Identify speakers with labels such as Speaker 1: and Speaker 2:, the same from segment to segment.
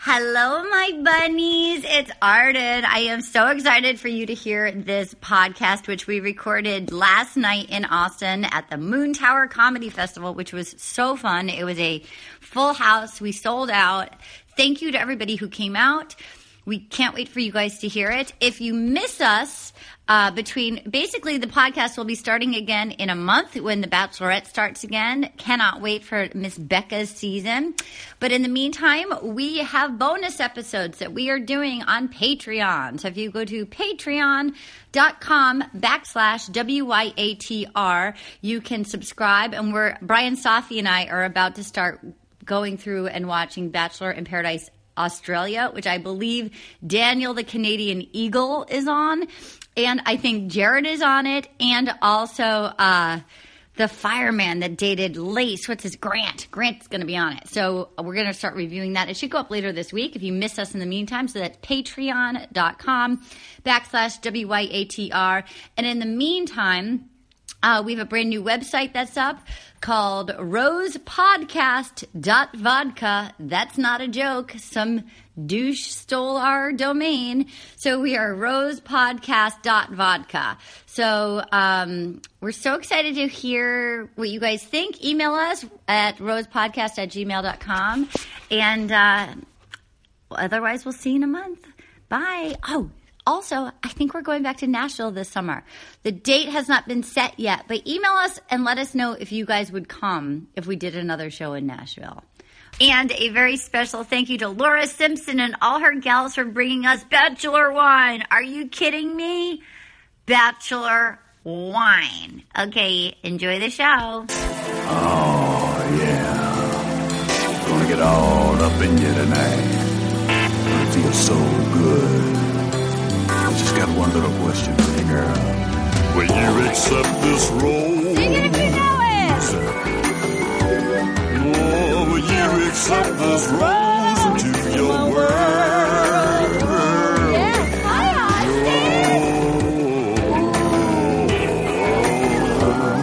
Speaker 1: Hello, my bunnies. It's Arden. I am so excited for you to hear this podcast, which we recorded last night in Austin at the Moon Tower Comedy Festival, which was so fun. It was a full house. We sold out. Thank you to everybody who came out. We can't wait for you guys to hear it. If you miss us, uh, between basically the podcast will be starting again in a month when The Bachelorette starts again. Cannot wait for Miss Becca's season. But in the meantime, we have bonus episodes that we are doing on Patreon. So if you go to patreon.com backslash WYATR, you can subscribe. And we're, Brian Safi and I are about to start going through and watching Bachelor in Paradise Australia, which I believe Daniel the Canadian Eagle is on. And I think Jared is on it. And also uh, the fireman that dated Lace. What's his Grant? Grant's going to be on it. So we're going to start reviewing that. It should go up later this week if you miss us in the meantime. So that's patreon.com backslash WYATR. And in the meantime, uh, we have a brand new website that's up called rosepodcast.vodka. That's not a joke. Some douche stole our domain. So we are rosepodcast.vodka. So um, we're so excited to hear what you guys think. Email us at rosepodcast at gmail.com. And uh, otherwise, we'll see you in a month. Bye. Oh, also, I think we're going back to Nashville this summer. The date has not been set yet, but email us and let us know if you guys would come if we did another show in Nashville. And a very special thank you to Laura Simpson and all her gals for bringing us Bachelor Wine. Are you kidding me? Bachelor Wine. Okay, enjoy the show.
Speaker 2: Oh, yeah. Gonna get all up in you tonight. It feels so good. I just got one little question for you, girl. Will you accept this role? Oh, will you accept this rose into your world? Will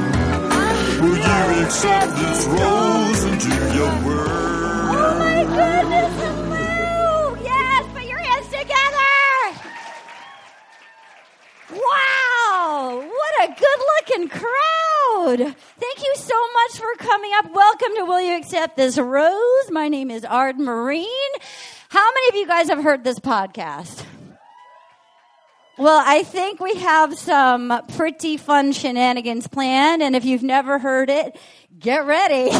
Speaker 2: you accept this rose into your world?
Speaker 1: Oh my goodness, hello! Yes, put your hands together!
Speaker 3: Wow, what a good looking crowd. Thank you so much for coming up. Welcome to Will You Accept This Rose? My name is Ard Marine. How many of you guys have heard this podcast? Well, I think we have some pretty fun shenanigans planned, and if you've never heard it, get ready.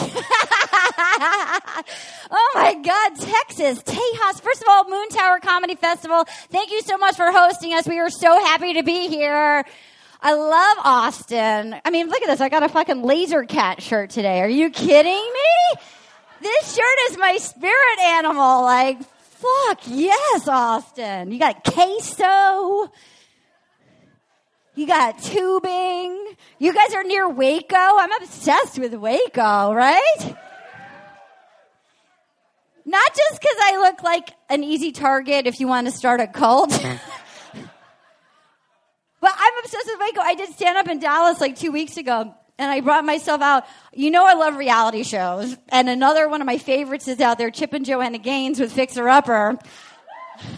Speaker 3: oh my God, Texas, Tejas. First of all, Moon Tower Comedy Festival, thank you so much for hosting us. We are so happy to be here. I love Austin. I mean, look at this. I got a fucking laser cat shirt today. Are you kidding me? This shirt is my spirit animal. Like, fuck, yes, Austin. You got queso. You got tubing. You guys are near Waco. I'm obsessed with Waco, right? Not just because I look like an easy target if you want to start a cult. but I'm obsessed with Waco. I did stand up in Dallas like two weeks ago and I brought myself out. You know, I love reality shows. And another one of my favorites is out there Chip and Joanna Gaines with Fixer Upper.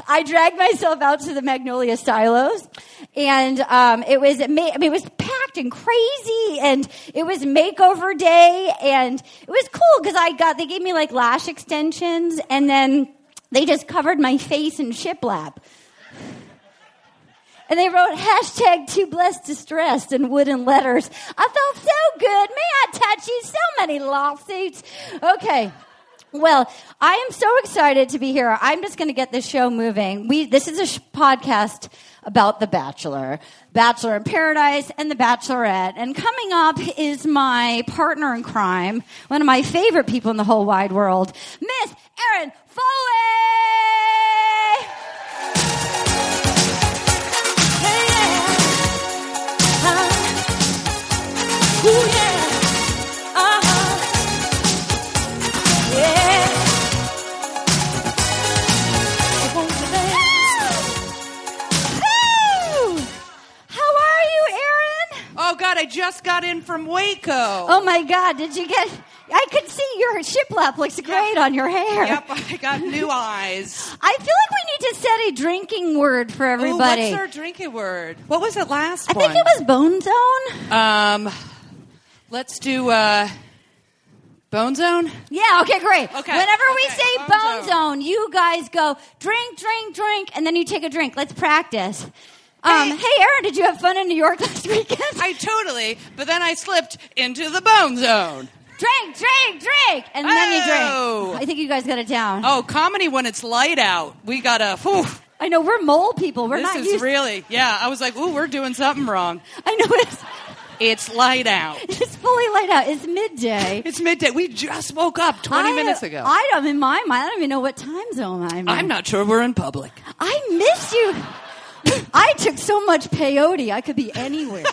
Speaker 3: I dragged myself out to the Magnolia Silos, and um, it was ama- I mean, it was packed and crazy, and it was makeover day, and it was cool because I got they gave me like lash extensions, and then they just covered my face in shiplap, and they wrote hashtag Too Blessed Distressed in wooden letters. I felt so good. May I touch you? So many lawsuits. Okay. Well, I am so excited to be here. I'm just going to get this show moving. We this is a sh- podcast about The Bachelor, Bachelor in Paradise, and The Bachelorette. And coming up is my partner in crime, one of my favorite people in the whole wide world, Miss Erin Foley. Hey, yeah. Uh, ooh, yeah. Uh-huh. Woo! How are you, Erin?
Speaker 4: Oh God, I just got in from Waco.
Speaker 3: Oh my God, did you get I could see your shiplap looks great on your hair.
Speaker 4: Yep, I got new eyes.
Speaker 3: I feel like we need to set a drinking word for
Speaker 4: Ooh,
Speaker 3: everybody.
Speaker 4: what's our drinking word? What was it last
Speaker 3: I
Speaker 4: one?
Speaker 3: think it was Bone Zone.
Speaker 4: Um, let's do uh, Bone Zone.
Speaker 3: Yeah, okay, great.
Speaker 4: Okay,
Speaker 3: Whenever we
Speaker 4: okay,
Speaker 3: say
Speaker 4: Bone
Speaker 3: Bone
Speaker 4: Zone.
Speaker 3: Zone, you guys go drink, drink, drink, and then you take a drink. Let's practice. Um, hey.
Speaker 4: Hey.
Speaker 3: Aaron, did you have fun in New York last weekend?
Speaker 4: I totally, but then I slipped into the Bone Zone.
Speaker 3: drink, drink, drink, and then you
Speaker 4: Oh.
Speaker 3: drink. I think you guys got it down.
Speaker 4: Oh, comedy when it's light out. We gotta. Whew,
Speaker 3: I know we're mole people. We're
Speaker 4: this
Speaker 3: not
Speaker 4: is
Speaker 3: used.
Speaker 4: really. Yeah, I was like, ooh, we're doing something wrong.
Speaker 3: I know it's
Speaker 4: It's light out.
Speaker 3: it's fully light out. It's midday.
Speaker 4: It's midday. We just woke up 20
Speaker 3: I-
Speaker 4: minutes ago. I,
Speaker 3: I don't in my mind. I don't even know what time zone I'm. in.
Speaker 4: am not sure we're in public.
Speaker 3: I miss you. I took so much peyote, I could be anywhere.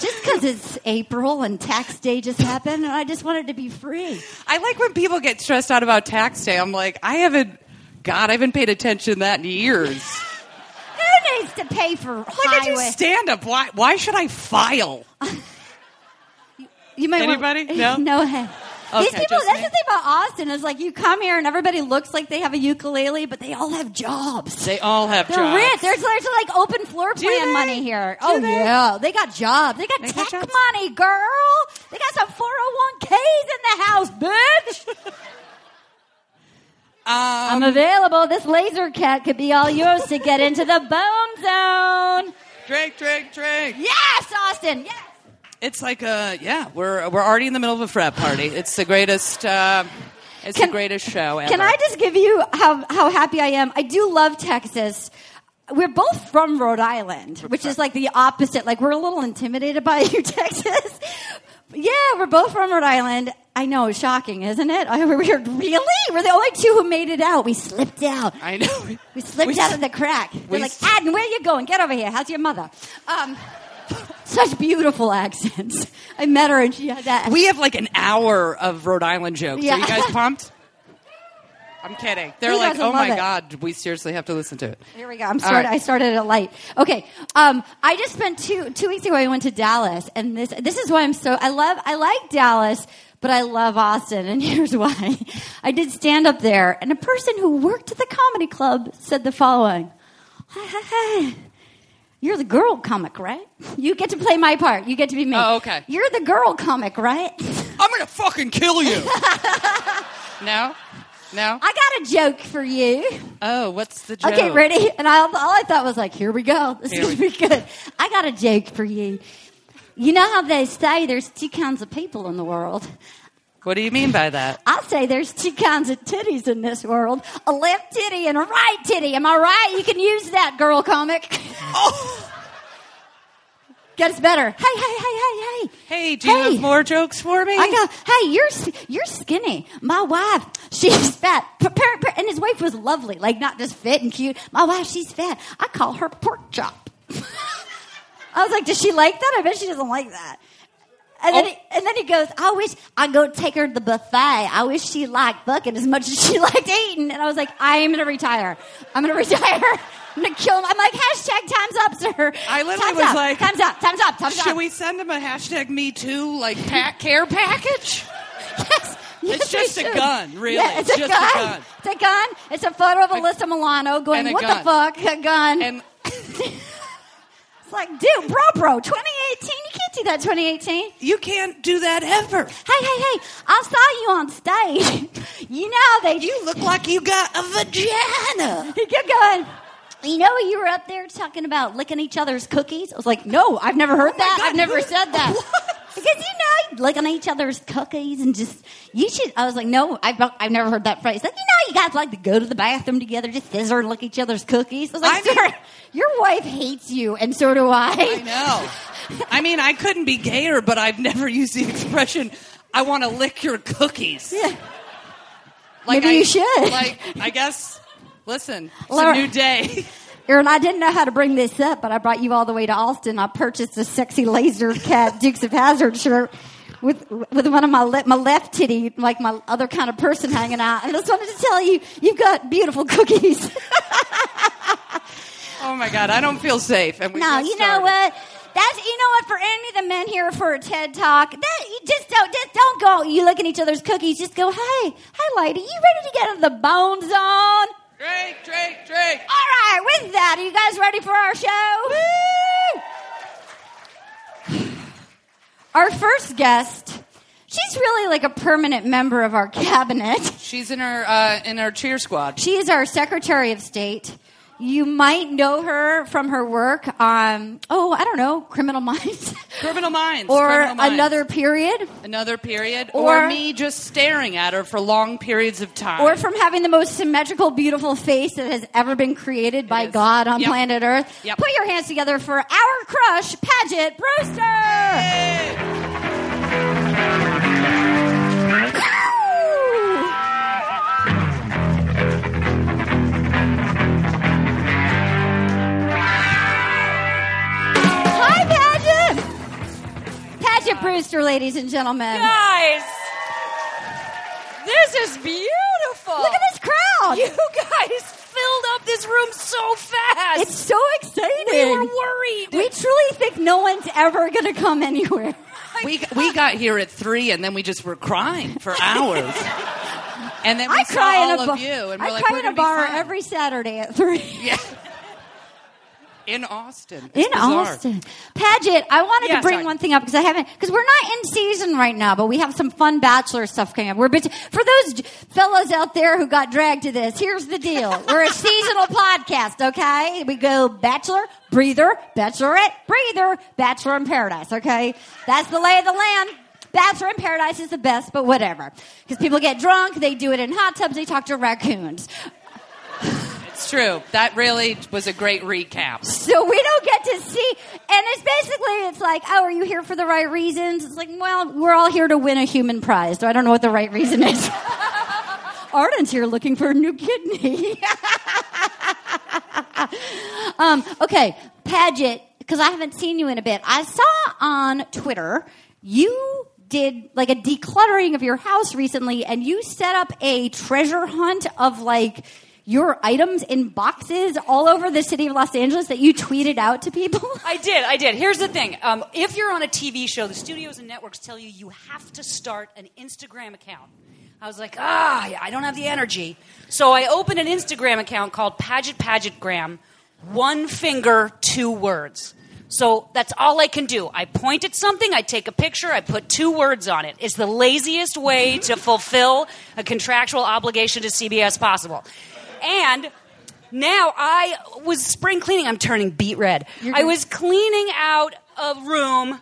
Speaker 3: just because it's April and tax day just happened, and I just wanted to be free.
Speaker 4: I like when people get stressed out about tax day. I'm like, I haven't. God, I haven't paid attention to that in years.
Speaker 3: Who needs to pay for
Speaker 4: Like I do
Speaker 3: highway?
Speaker 4: stand up. Why? Why should I file?
Speaker 3: you might want-
Speaker 4: Anybody? No?
Speaker 3: no. Hey.
Speaker 4: Okay,
Speaker 3: These people.
Speaker 4: just
Speaker 3: That's
Speaker 4: me.
Speaker 3: the thing about Austin is like you come here and everybody looks like they have a ukulele, but they all have jobs.
Speaker 4: They all have
Speaker 3: They're
Speaker 4: jobs.
Speaker 3: rich. There's there's like open floor plan
Speaker 4: they?
Speaker 3: money here.
Speaker 4: Do
Speaker 3: oh
Speaker 4: they?
Speaker 3: yeah, they got jobs. They got
Speaker 4: They got
Speaker 3: tech
Speaker 4: jobs?
Speaker 3: money, girl. They got some 401ks in the house, bitch.
Speaker 4: Uh,
Speaker 3: I'm
Speaker 4: Um,
Speaker 3: available. This laser cat could be all yours to get into the bone zone.
Speaker 4: Drink, drink, drink.
Speaker 3: Yes, Austin. Yes.
Speaker 4: It's like a yeah. We're we're already in the middle of a frat party. It's the greatest. Uh, it's
Speaker 3: Can-
Speaker 4: the greatest show ever.
Speaker 3: Can I just give you how, how happy I am? I do love Texas. We're both from Rhode Island, which is like the opposite. Like, we're a little intimidated by you, Texas. yeah, we're both from Rhode Island. I know, shocking, isn't it? I, we're, we're- really? We're the only two who made it out. We slipped out.
Speaker 4: I know.
Speaker 3: We slipped
Speaker 4: We
Speaker 3: out
Speaker 4: s-
Speaker 3: of the crack. We're
Speaker 4: we
Speaker 3: like,
Speaker 4: s-
Speaker 3: Adden, where you going? Get over here. How's your mother? Um, such beautiful accents. I met her and she had that.
Speaker 4: We have like an hour of Rhode Island jokes.
Speaker 3: Yeah.
Speaker 4: Are you guys pumped? I'm kidding. They're
Speaker 3: He
Speaker 4: like,
Speaker 3: doesn't
Speaker 4: oh my
Speaker 3: love it."
Speaker 4: god, we seriously have to listen to it.
Speaker 3: Here we go. I'm
Speaker 4: All
Speaker 3: started.
Speaker 4: right.
Speaker 3: I started at light. Okay. Um, I just spent two two weeks ago. I went to Dallas, and this this is why I'm so I love I like Dallas, but I love Austin, and here's why. I did stand up there, and a person who worked at the comedy club said the following: "Hey, hey, hey, you're the girl comic, right? You get to play my part. You get to be me.
Speaker 4: Oh, okay.
Speaker 3: You're the girl comic, right?
Speaker 4: I'm gonna fucking kill you. no, no.
Speaker 3: I got a joke for you."
Speaker 4: Oh, what's the joke?
Speaker 3: Okay, ready? And I, all I thought was like, here we go. This
Speaker 4: Here
Speaker 3: is
Speaker 4: we
Speaker 3: going to be good. I got a joke for you. You know how they say there's two kinds of people in the world?
Speaker 4: What do you mean by that?
Speaker 3: I say there's two kinds of titties in this world a left titty and a right titty. Am I right? You can use that, girl comic.
Speaker 4: Oh.
Speaker 3: Gets better. Hey, hey, hey, hey, hey.
Speaker 4: Hey, do you
Speaker 3: Hey.
Speaker 4: have more jokes for me?
Speaker 3: I go, hey, you're s- you're skinny. My wife, she's fat. Per- per- per- And his wife was lovely, like not just fit and cute. My wife, she's fat. I call her pork chop. I was like, does she like that? I bet she doesn't like that. And then,
Speaker 4: Oh.
Speaker 3: he, and then he goes, I wish I go take her to the buffet. I wish she liked fucking as much as she liked eating. And I was like, I am gonna retire. I'm gonna retire. I'm gonna kill him. I'm like, hashtag time's up, sir.
Speaker 4: I literally
Speaker 3: time's
Speaker 4: was
Speaker 3: up.
Speaker 4: like,
Speaker 3: time's up, time's up, time's up.
Speaker 4: Should we send him a hashtag Me Too like pack care package?
Speaker 3: Yes. Yes,
Speaker 4: It's just
Speaker 3: we
Speaker 4: a
Speaker 3: should.
Speaker 4: gun, really.
Speaker 3: Yeah, it's,
Speaker 4: It's
Speaker 3: a,
Speaker 4: just
Speaker 3: gun.
Speaker 4: a gun.
Speaker 3: It's a gun. It's a photo of Alyssa Milano going,
Speaker 4: and a
Speaker 3: what the
Speaker 4: gun.
Speaker 3: fuck, a gun.
Speaker 4: And
Speaker 3: it's like, dude, bro, bro, 2018, you can't do that 2018.
Speaker 4: you can't do that ever.
Speaker 3: Hey, hey, hey, I saw you on stage. you know they...
Speaker 4: You look like you got a vagina.
Speaker 3: Keep going. You know you were up there talking about licking each other's cookies? I was like, no, I've never heard that.
Speaker 4: God,
Speaker 3: I've never
Speaker 4: who-
Speaker 3: said that.
Speaker 4: Oh What?
Speaker 3: Because you know, licking each other's cookies and just you should. I was like, no, I've I've never heard that phrase. Like, you know, you guys like to go to the bathroom together, just scissor and lick each other's cookies. I was like,
Speaker 4: I mean-
Speaker 3: sir, your wife hates you, and so do I.
Speaker 4: I know. I mean, I couldn't be gayer, but I've never used the expression "I want to lick your cookies."
Speaker 3: Yeah.
Speaker 4: Like
Speaker 3: Maybe
Speaker 4: I,
Speaker 3: you should.
Speaker 4: Like I guess. Listen, it's
Speaker 3: Laura-
Speaker 4: a new day.
Speaker 3: Aaron, I didn't know how to bring this up, but I brought you all the way to Austin. I purchased a sexy laser cat Dukes of Hazard shirt with with one of my le- my left titty, like my other kind of person hanging out. And I just wanted to tell you, you've got beautiful cookies.
Speaker 4: Oh my god, I don't feel safe. And we
Speaker 3: no,
Speaker 4: just
Speaker 3: you know
Speaker 4: started.
Speaker 3: what? That's you know what for any of the men here for a TED talk. That you just don't just don't go. You look at each other's cookies. Just go. Hey, hi, lady. You ready to get in the bone zone?
Speaker 4: Drake, Drake, Drake.
Speaker 3: All right. With that, are you guys ready for our show? Woo! Our first guest. She's really like a permanent member of our cabinet.
Speaker 4: She's in her uh, in her cheer squad.
Speaker 3: She is our Secretary of State. You might know her from her work on, oh, I don't know, Criminal Minds.
Speaker 4: Criminal Minds.
Speaker 3: or
Speaker 4: Criminal Minds.
Speaker 3: another period.
Speaker 4: another period, or,
Speaker 3: Or-
Speaker 4: me just staring at her for long periods of time.
Speaker 3: Or from having the most symmetrical, beautiful face that has ever been created by
Speaker 4: is.
Speaker 3: God on
Speaker 4: Yep.
Speaker 3: planet Earth.
Speaker 4: Yep.
Speaker 3: Put your hands together for our crush, Paget Brewster. Woo! Hi, Paget. Paget Brewster, ladies and gentlemen.
Speaker 5: Guys, this is beautiful.
Speaker 3: Look at this crowd.
Speaker 5: You guys filled up this room so fast.
Speaker 3: It's so exciting.
Speaker 5: we were worried.
Speaker 3: We truly think no one's ever going to come anywhere.
Speaker 4: we we got here at three, and then we just were crying for hours. and then we
Speaker 3: I
Speaker 4: saw
Speaker 3: cry
Speaker 4: all
Speaker 3: in a
Speaker 4: of
Speaker 3: bar.
Speaker 4: you, and we're
Speaker 3: I
Speaker 4: like,
Speaker 3: cry
Speaker 4: we're
Speaker 3: in
Speaker 4: gonna
Speaker 3: a
Speaker 4: be
Speaker 3: bar
Speaker 4: fine.
Speaker 3: every Saturday at three
Speaker 4: Yeah. In Austin. It's
Speaker 3: in
Speaker 4: bizarre.
Speaker 3: Austin. Paget, I wanted
Speaker 5: Yeah,
Speaker 3: to bring
Speaker 5: sorry.
Speaker 3: one thing up because I haven't because we're not in season right now, but we have some fun bachelor stuff coming up. We're bit- for those j- fellas out there who got dragged to this. Here's the deal: we're a seasonal podcast. Okay, we go bachelor, breather, bachelorette, breather, bachelor in paradise. Okay, that's the lay of the land. Bachelor in Paradise is the best, but whatever. Because people get drunk, they do it in hot tubs, they talk to raccoons.
Speaker 4: It's true. That really was a great recap.
Speaker 3: So we don't get to see. And it's basically, it's like, oh, are you here for the right reasons? It's like, well, we're all here to win a human prize. So I don't know what the right reason is. Arden's here looking for a new kidney. um, okay, Paget, because I haven't seen you in a bit. I saw on Twitter you did like a decluttering of your house recently, and you set up a treasure hunt of like your items in boxes all over the city of Los Angeles that you tweeted out to people.
Speaker 5: I did. I did. Here's the thing. Um, if you're on a TV show, the studios and networks tell you you have to start an Instagram account. I was like, ah, yeah, I don't have the energy. So I opened an Instagram account called Paget Pagetgram, one finger, two words. So that's all I can do. I point at something, I take a picture, I put two words on it. It's the laziest way to fulfill a contractual obligation to CBS possible. And now I was spring cleaning. I'm turning beet red. I was cleaning out a room.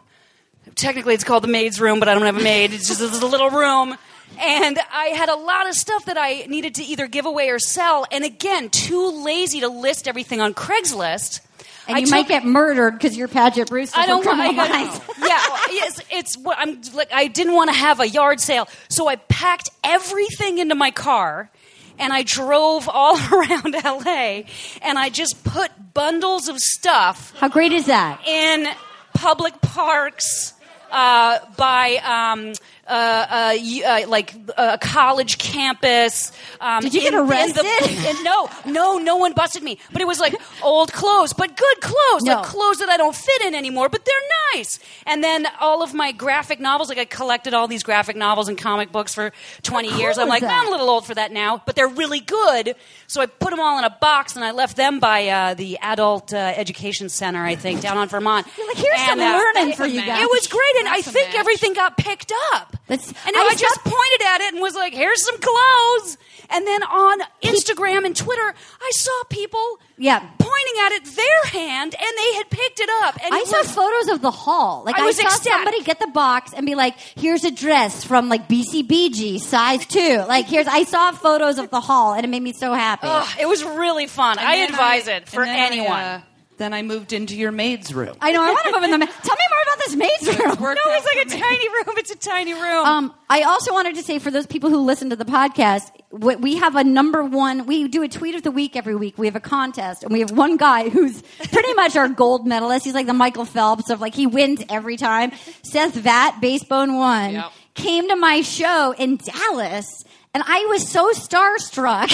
Speaker 5: Technically, it's called the maid's room, but I don't have a maid. It's just this little room. And I had a lot of stuff that I needed to either give away or sell. And again, too lazy to list everything on Craigslist.
Speaker 3: And
Speaker 5: I
Speaker 3: you might
Speaker 5: took-
Speaker 3: get murdered because you're Paget Brewster.
Speaker 5: I don't
Speaker 3: from
Speaker 5: want. I,
Speaker 3: Criminal
Speaker 5: I,
Speaker 3: Minds.
Speaker 5: yeah, well, yes, it's what I'm like. I didn't want to have a yard sale, so I packed everything into my car, and I drove all around LA, and I just put bundles of stuff
Speaker 3: How great is that?
Speaker 5: in public parks uh, by um, uh, uh, y- uh, like a college campus. Um,
Speaker 3: Did you get
Speaker 5: in- in the-
Speaker 3: arrested?
Speaker 5: in- no, no, no one busted me. But it was like old clothes, but good clothes,
Speaker 3: No.
Speaker 5: like clothes that I don't fit in anymore, but they're nice. And then all of my graphic novels, like I collected all these graphic novels and comic books for 20
Speaker 3: How
Speaker 5: years.
Speaker 3: cool
Speaker 5: I'm
Speaker 3: is
Speaker 5: like,
Speaker 3: that?
Speaker 5: "Nah, I'm a little old for that now, but they're really good. So I put them all in a box and I left them by uh, the Adult uh, Education Center, I think, down on Vermont. uh,
Speaker 3: You're like, "Here's some learning for you guys."
Speaker 5: It was great, and
Speaker 4: That's
Speaker 5: I
Speaker 4: a
Speaker 5: think
Speaker 4: match.
Speaker 5: everything got picked up.
Speaker 3: That's-
Speaker 5: and I,
Speaker 3: I
Speaker 5: I just
Speaker 3: stopped-
Speaker 5: pointed at it and was like, "Here's some clothes." And then on Instagram and Twitter, I saw people
Speaker 3: Yeah.
Speaker 5: pointing at it their hand, and they had picked it up. And
Speaker 3: I
Speaker 5: it
Speaker 3: saw
Speaker 5: was-
Speaker 3: photos of the hall. Like I,
Speaker 5: I was
Speaker 3: saw
Speaker 5: ecstatic.
Speaker 3: somebody get the box and be like, "Here's a dress from like BCBG size two. Like here's I saw photos of the hall and it made me so happy.
Speaker 5: Ugh, it was really fun.
Speaker 4: And
Speaker 5: I
Speaker 4: then
Speaker 5: advise
Speaker 4: I-
Speaker 5: it for
Speaker 4: and then I,
Speaker 5: anyone.
Speaker 4: uh, then I moved into your maid's room.
Speaker 3: I know. I want to move in the. Ma- Tell me more about this maid's room.
Speaker 4: worked
Speaker 5: no,
Speaker 4: out
Speaker 5: it's like a
Speaker 4: for me.
Speaker 5: tiny room. It's a tiny room.
Speaker 3: Um, I also wanted to say for those people who listen to the podcast, we we have a number one. We do a tweet of the week every week. We have a contest, and we have one guy who's pretty much our gold medalist. He's like the Michael Phelps of like he wins every time. Seth Vat, Basebone One,
Speaker 4: Yep.
Speaker 3: came to my show in Dallas, and I was so starstruck.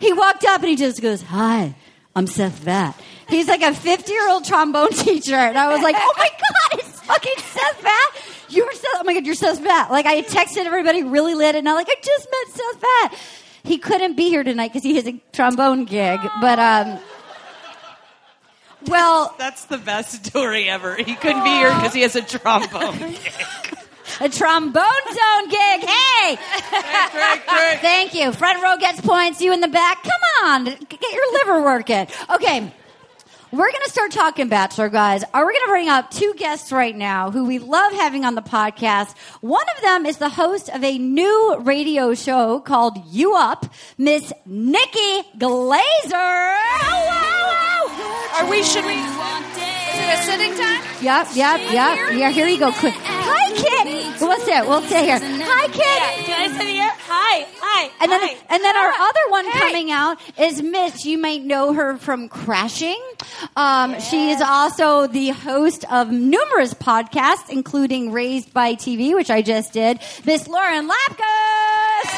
Speaker 3: he walked up and he just goes, "Hi." I'm Seth Vatt. He's like a 50 year old trombone teacher. And I was like, oh my God, it's fucking Seth Vatt. You're Seth, oh my God, you're Seth Vatt. Like, I texted everybody really lit and I'm like, I just met Seth Vatt. He couldn't be here tonight because he has a trombone gig. But, um, well,
Speaker 4: That's the best story ever. He couldn't be here because he has a trombone.
Speaker 3: a trombone zone gig. Hey! Thank you. Front row gets points. You in the back. Come on, get your liver working. Okay. We're going to start talking Bachelor, guys. Are we going to bring up two guests right now who we love having on the podcast? One of them is the host of a new radio show called You Up, Miss Nikki Glazer. Hello!
Speaker 5: Are we? Should we? Is it a sitting time?
Speaker 3: Yep, yep, yep. Yeah, here you go. Quick. Hi, Kit. We'll sit. We'll sit here. Hi, Kit.
Speaker 5: I sit here? Hi, hi.
Speaker 3: And then, and then our other one coming out is Mitch. You might know her from Crashing. Um, She is also the host of numerous podcasts, including Raised by TV, which I just did. Miss Lauren Lapkus.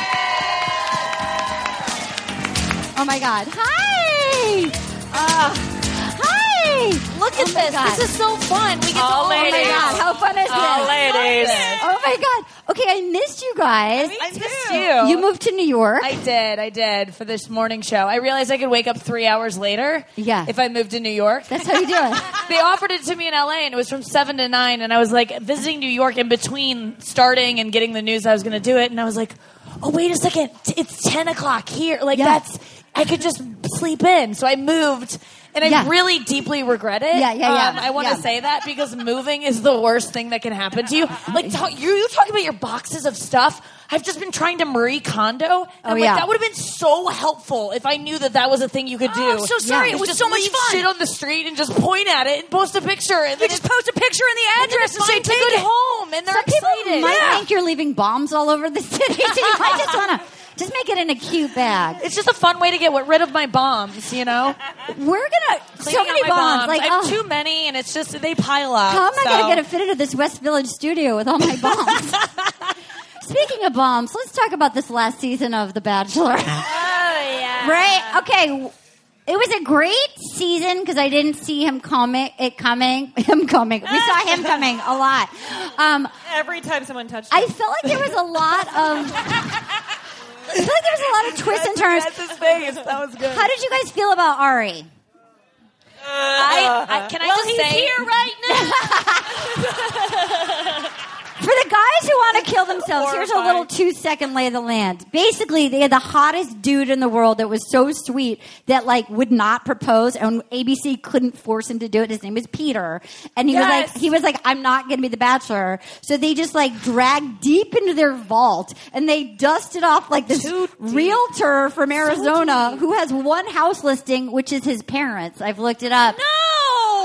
Speaker 3: Oh my God! Hi. Uh, hi. Look at this. This is so fun. We get
Speaker 5: All
Speaker 3: Oh my
Speaker 5: ladies.
Speaker 3: God! How fun is
Speaker 5: Oh,
Speaker 3: this?
Speaker 5: ladies.
Speaker 3: Oh my God! Okay, I missed you guys.
Speaker 6: I missed you.
Speaker 3: You moved to New York.
Speaker 6: I did. I did for this morning show. I realized I could wake up three hours later.
Speaker 3: Yeah.
Speaker 6: If I moved to New York.
Speaker 3: That's how you do it.
Speaker 6: They offered it to me in LA and it was from 7 to 9 and I was like visiting New York in between starting and getting the news I was going to do it and I was like, oh, wait a second. T- It's 10 o'clock here. Like
Speaker 3: Yeah.
Speaker 6: that's, I could just sleep in. So I moved and I
Speaker 3: Yeah.
Speaker 6: really deeply regret it.
Speaker 3: Yeah, yeah, yeah.
Speaker 6: Um, I want to
Speaker 3: Yeah.
Speaker 6: say that because moving is the worst thing that can happen to you. Like talk, you, you talk about your boxes of stuff. I've just been trying to Marie Kondo. And
Speaker 5: Oh,
Speaker 6: I'm
Speaker 3: yeah.
Speaker 6: like, that would have been so helpful if I knew that that was a thing you could do.
Speaker 5: Oh, I'm so sorry.
Speaker 3: Yeah.
Speaker 5: It was
Speaker 6: Just
Speaker 5: so much
Speaker 6: leave
Speaker 5: fun.
Speaker 6: Shit on the street and just point at it and post a picture. And
Speaker 5: They
Speaker 6: then
Speaker 5: just
Speaker 6: it's-
Speaker 5: post a picture and the
Speaker 6: and then
Speaker 5: address
Speaker 6: it's
Speaker 5: and say
Speaker 6: fine to
Speaker 5: take
Speaker 6: go
Speaker 5: it
Speaker 6: to home, and they're
Speaker 3: Some people
Speaker 6: excited.
Speaker 3: might
Speaker 6: Yeah.
Speaker 3: think you're leaving bombs all over the city. So you might just want to just make it in a cute bag.
Speaker 6: It's just a fun way to get rid of my bombs, you know.
Speaker 3: We're gonna so
Speaker 6: Cleaning
Speaker 3: many
Speaker 6: out my
Speaker 3: bombs. Like,
Speaker 6: I have
Speaker 3: oh,
Speaker 6: too many, and it's just they pile up.
Speaker 3: how am I
Speaker 6: so-
Speaker 3: gonna get it fitted to this West Village studio with all my bombs? Speaking of bombs, let's talk about this last season of The Bachelor.
Speaker 5: Oh yeah.
Speaker 3: Right? Okay. It was a great season because I didn't see him coming. It coming. Him coming. We saw him coming a lot. Um,
Speaker 7: Every time someone touched
Speaker 3: I felt like there was a lot of. I feel like there was a lot of twists and turns.
Speaker 7: his face. That was good.
Speaker 3: How did you guys feel about Ari?
Speaker 6: I, I, can I just
Speaker 3: he's
Speaker 6: say
Speaker 3: here For the guys who want to kill themselves, here's a little two second lay of the land. Basically, they had the hottest dude in the world that was so sweet that like would not propose, and ABC couldn't force him to do it. His name was Peter, and he was like, he was like, I'm not going to be the Bachelor. So they just like dragged deep into their vault, and they dusted off like this realtor from Arizona who has one house listing, which is his parents. I've looked it up.
Speaker 5: No.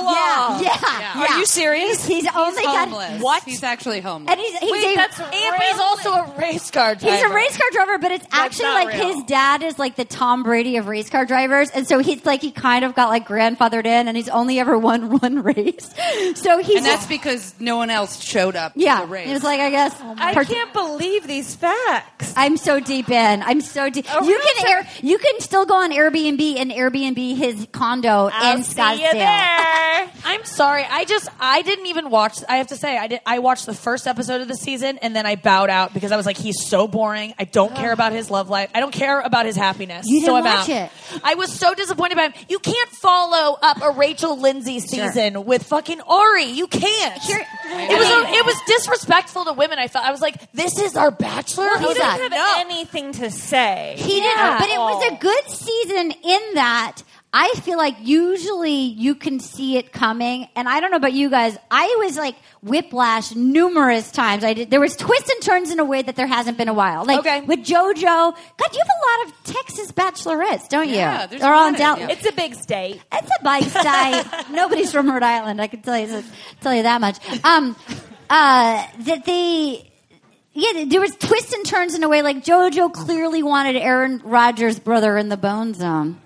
Speaker 3: Yeah, yeah, yeah.
Speaker 5: Are you serious?
Speaker 3: He's only got
Speaker 4: homeless.
Speaker 3: what?
Speaker 4: He's actually homeless.
Speaker 3: Oh And he's, he's a,
Speaker 6: and but he's also a race car driver.
Speaker 3: He's a race car driver, but it's actually
Speaker 6: not
Speaker 3: like
Speaker 6: real.
Speaker 3: his dad is like the Tom Brady of race car drivers, and so he's like he kind of got like grandfathered in, and he's only ever won one race. So he's
Speaker 4: And that's because no one else showed up
Speaker 3: yeah.
Speaker 4: to the race.
Speaker 3: It was like I guess
Speaker 7: I
Speaker 3: part-
Speaker 7: can't believe these facts.
Speaker 3: I'm so deep in. I'm so deep.
Speaker 7: Oh,
Speaker 3: you
Speaker 7: really?
Speaker 3: can air, you can still go on Airbnb and Airbnb his condo in Scottsdale.
Speaker 6: I'm sorry. I just I didn't even watch. I have to say I did. I watched the first episode of the season and then I bowed out because I was like, he's so boring. I don't care about his love life. I don't care about his happiness.
Speaker 3: You
Speaker 6: so
Speaker 3: didn't
Speaker 6: I'm
Speaker 3: watch
Speaker 6: out.
Speaker 3: it.
Speaker 6: I was so disappointed by him. You can't follow up a Rachel Lindsay season with fucking Ori. You can't.
Speaker 3: Here-
Speaker 6: it was a, it was disrespectful to women. I felt I was like, this is our Bachelor.
Speaker 3: Well, he
Speaker 6: I was
Speaker 3: doesn't have
Speaker 6: like,
Speaker 7: have
Speaker 6: no.
Speaker 7: anything to say.
Speaker 3: He
Speaker 6: Yeah.
Speaker 3: did, but it was a good season in that I feel like usually you can see it coming, and I don't know about you guys. I was like whiplash numerous times. I did. There was twists and turns in a way that there hasn't been a while. Like
Speaker 6: Okay.
Speaker 3: with JoJo, God, you have a lot of Texas bachelorettes, don't you?
Speaker 4: Yeah, there's
Speaker 3: They're
Speaker 4: a
Speaker 3: all
Speaker 4: lot
Speaker 3: in
Speaker 4: of-
Speaker 3: Dallas.
Speaker 4: yeah.
Speaker 7: It's a big state.
Speaker 3: It's a bike side. Nobody's from Rhode Island. I can tell you tell you that much. Um, uh, that they. Yeah, there was twists and turns in a way. Like JoJo clearly wanted Aaron Rodgers' brother in the Bone Zone.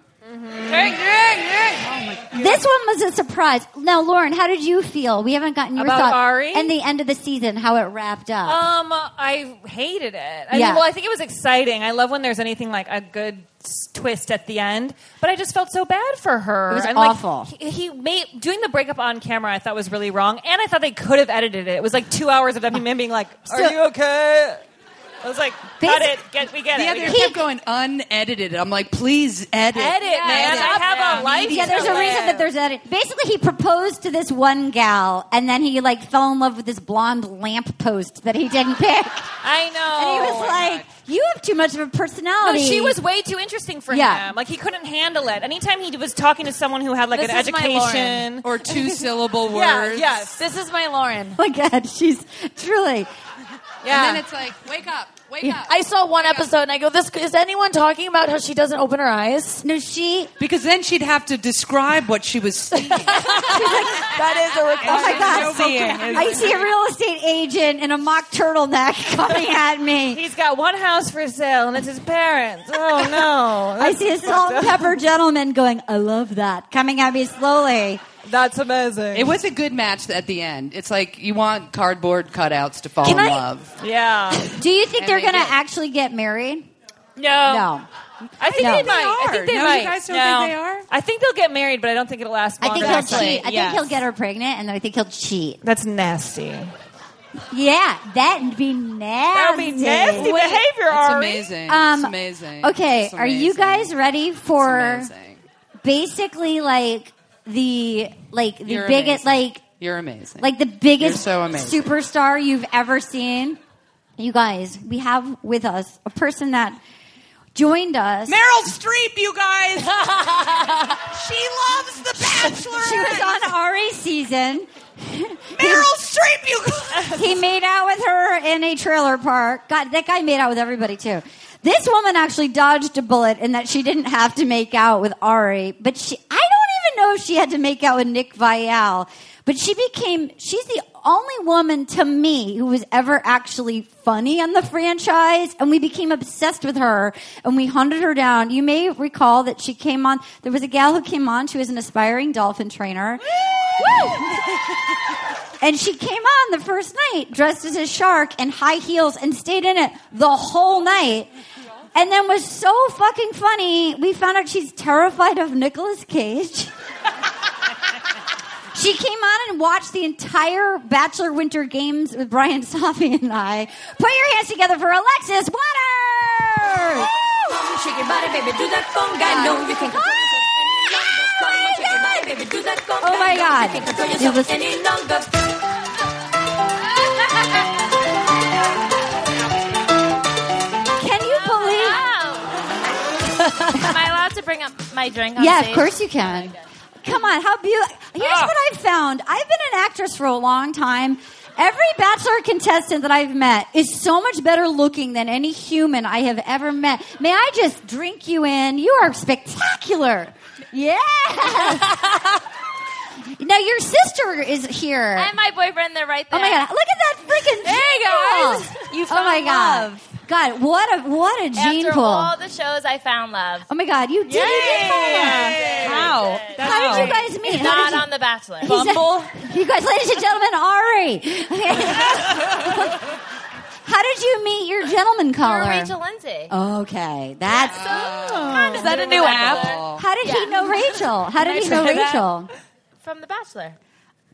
Speaker 3: This one was a surprise. Now, Lauren, how did you feel? We haven't gotten your
Speaker 7: About
Speaker 3: thoughts
Speaker 7: Ari?
Speaker 3: and the end of the season, how it wrapped
Speaker 6: Oh.
Speaker 3: up.
Speaker 7: Um, I hated it. I
Speaker 3: Yeah.
Speaker 7: mean, well, I think it was exciting. I love when there's anything like a good s- twist at the end, but I just felt so bad for her.
Speaker 3: It was
Speaker 7: and, like,
Speaker 3: awful.
Speaker 7: he, he made doing the breakup on camera. I thought was really wrong, and I thought they could have edited it. It was like two hours of them being like, "Are
Speaker 3: So-
Speaker 7: you okay?" I was like, "Cut
Speaker 3: Basi-
Speaker 7: it. Get we get
Speaker 4: The
Speaker 7: it." We
Speaker 4: other
Speaker 7: get it.
Speaker 4: kept going unedited. I'm like, please edit.
Speaker 7: Edit, man. I have a life.
Speaker 3: yeah, there's
Speaker 7: to
Speaker 3: a reason
Speaker 7: live.
Speaker 3: that there's that. Basically, he proposed to this one gal, and then he like fell in love with this blonde lamppost that he didn't pick.
Speaker 7: I know.
Speaker 3: And he
Speaker 6: Oh
Speaker 3: was like, "You have too much of a
Speaker 7: No,
Speaker 3: personality."
Speaker 7: she was way too interesting for
Speaker 3: Yeah.
Speaker 7: him. Like he couldn't handle it. Anytime he was talking to someone who had like
Speaker 6: This
Speaker 7: an
Speaker 6: is my Lauren.
Speaker 7: education
Speaker 4: Or two syllable words.
Speaker 7: Yeah, yes.
Speaker 6: This is my Lauren.
Speaker 3: Oh my god, she's truly.
Speaker 7: Yeah.
Speaker 4: And then it's like, wake up, wake up.
Speaker 6: I saw one episode and I go, "This is anyone talking about how she doesn't open her eyes?"
Speaker 3: No, she.
Speaker 4: because then she'd have to describe what she was seeing.
Speaker 6: That is a
Speaker 3: Oh my god,
Speaker 7: seeing.
Speaker 3: I see a real estate agent in a mock turtleneck coming at me.
Speaker 7: He's got one house for sale, and it's his parents. Oh no!
Speaker 3: I see a salt and pepper gentleman going, "I love that," coming at me slowly.
Speaker 7: That's amazing.
Speaker 4: It was a good match at the end. It's like you want cardboard cutouts to fall
Speaker 3: Can
Speaker 4: in
Speaker 3: I-
Speaker 4: love.
Speaker 7: yeah.
Speaker 3: Do you think
Speaker 4: And
Speaker 3: they're
Speaker 4: they
Speaker 3: going to
Speaker 4: did.
Speaker 3: actually get married?
Speaker 6: Oh,
Speaker 7: No.
Speaker 3: No.
Speaker 7: I think
Speaker 3: No.
Speaker 7: they
Speaker 3: They
Speaker 7: might. I
Speaker 4: are.
Speaker 7: think they
Speaker 4: No, you
Speaker 7: might.
Speaker 4: guys don't
Speaker 7: No.
Speaker 4: think they are?
Speaker 7: I think they'll get married, but I don't think it'll last.
Speaker 3: I
Speaker 7: Longer
Speaker 3: think
Speaker 7: than
Speaker 3: he'll
Speaker 7: that.
Speaker 3: cheat. I
Speaker 6: yes.
Speaker 3: think he'll get her pregnant, and I think he'll cheat.
Speaker 7: That's nasty.
Speaker 3: Yeah, that'd be nasty.
Speaker 7: That'll be nasty behavior,
Speaker 4: It's
Speaker 7: Ari.
Speaker 4: amazing.
Speaker 3: Um,
Speaker 4: it's amazing.
Speaker 3: Okay,
Speaker 4: It's
Speaker 3: are you
Speaker 4: amazing.
Speaker 3: guys ready
Speaker 4: It's
Speaker 3: for
Speaker 4: amazing.
Speaker 3: basically like the like the
Speaker 4: You're
Speaker 3: biggest
Speaker 4: amazing.
Speaker 3: like
Speaker 4: You're amazing.
Speaker 3: like the biggest
Speaker 4: You're so amazing.
Speaker 3: superstar you've ever seen? You guys, we have with us a person that joined us.
Speaker 4: Meryl Streep, you guys. she loves The
Speaker 3: she
Speaker 4: Bachelor.
Speaker 3: was on Ari's season.
Speaker 4: Meryl Streep, you guys.
Speaker 3: he made out with her in a trailer park. God, that guy made out with everybody too. This woman actually dodged a bullet in that she didn't have to make out with Ari, but she I don't even know if she had to make out with Nick Vial, but she became she's the only woman to me who was ever actually funny on the franchise and we became obsessed with her and we hunted her down. You may recall that she came on there was a gal who came on, she was an aspiring dolphin trainer. And she came on the first night dressed as a shark and high heels and stayed in it the whole night. And then was so fucking funny. We found out she's terrified of Nicolas Cage. she came on and watched the entire Bachelor Winter Games with Brian Safi and I. Put your hands together for Alexis Waters.
Speaker 8: Shake your body, baby, do that conga. No, you can't
Speaker 3: Ah!
Speaker 8: control yourself any longer. Come on, shake your body, baby, do that conga.
Speaker 3: Oh my
Speaker 8: No,
Speaker 3: God.
Speaker 8: you can't control
Speaker 3: It
Speaker 8: yourself
Speaker 3: was-
Speaker 8: any longer.
Speaker 3: Can you believe?
Speaker 7: Am I allowed to bring up my drink?
Speaker 3: Yeah, of course you can. Come on, how beautiful. Here's
Speaker 9: Ah.
Speaker 3: what I've found I've been an actress for a long time. Every bachelor contestant that I've met is so much better looking than any human I have ever met. May I just drink you in? You are spectacular. Yeah. now your sister is here.
Speaker 9: And my boyfriend, they're right there.
Speaker 3: Oh my god! Look at that freaking
Speaker 9: There
Speaker 3: gene
Speaker 9: you go.
Speaker 3: pool.
Speaker 9: You
Speaker 3: oh my
Speaker 9: found
Speaker 3: god! God, what a what a gene
Speaker 9: After
Speaker 3: pool!
Speaker 9: all the shows, I found love.
Speaker 3: oh my god! You did. You did fall in love.
Speaker 6: How?
Speaker 3: How did you guys meet? How did
Speaker 9: Not
Speaker 3: you-
Speaker 9: on The Bachelor.
Speaker 3: He's a- you guys, ladies and gentlemen, Ari. How did you meet your gentleman
Speaker 9: Or
Speaker 3: caller?
Speaker 9: Rachel Lindsay.
Speaker 3: Oh, Okay, that's.
Speaker 9: Kind of
Speaker 6: Is that a
Speaker 9: from
Speaker 6: new
Speaker 9: The
Speaker 6: app?
Speaker 9: Bachelor.
Speaker 3: How did he know Rachel? How did he know
Speaker 7: try that?
Speaker 3: Rachel?
Speaker 9: From The Bachelor.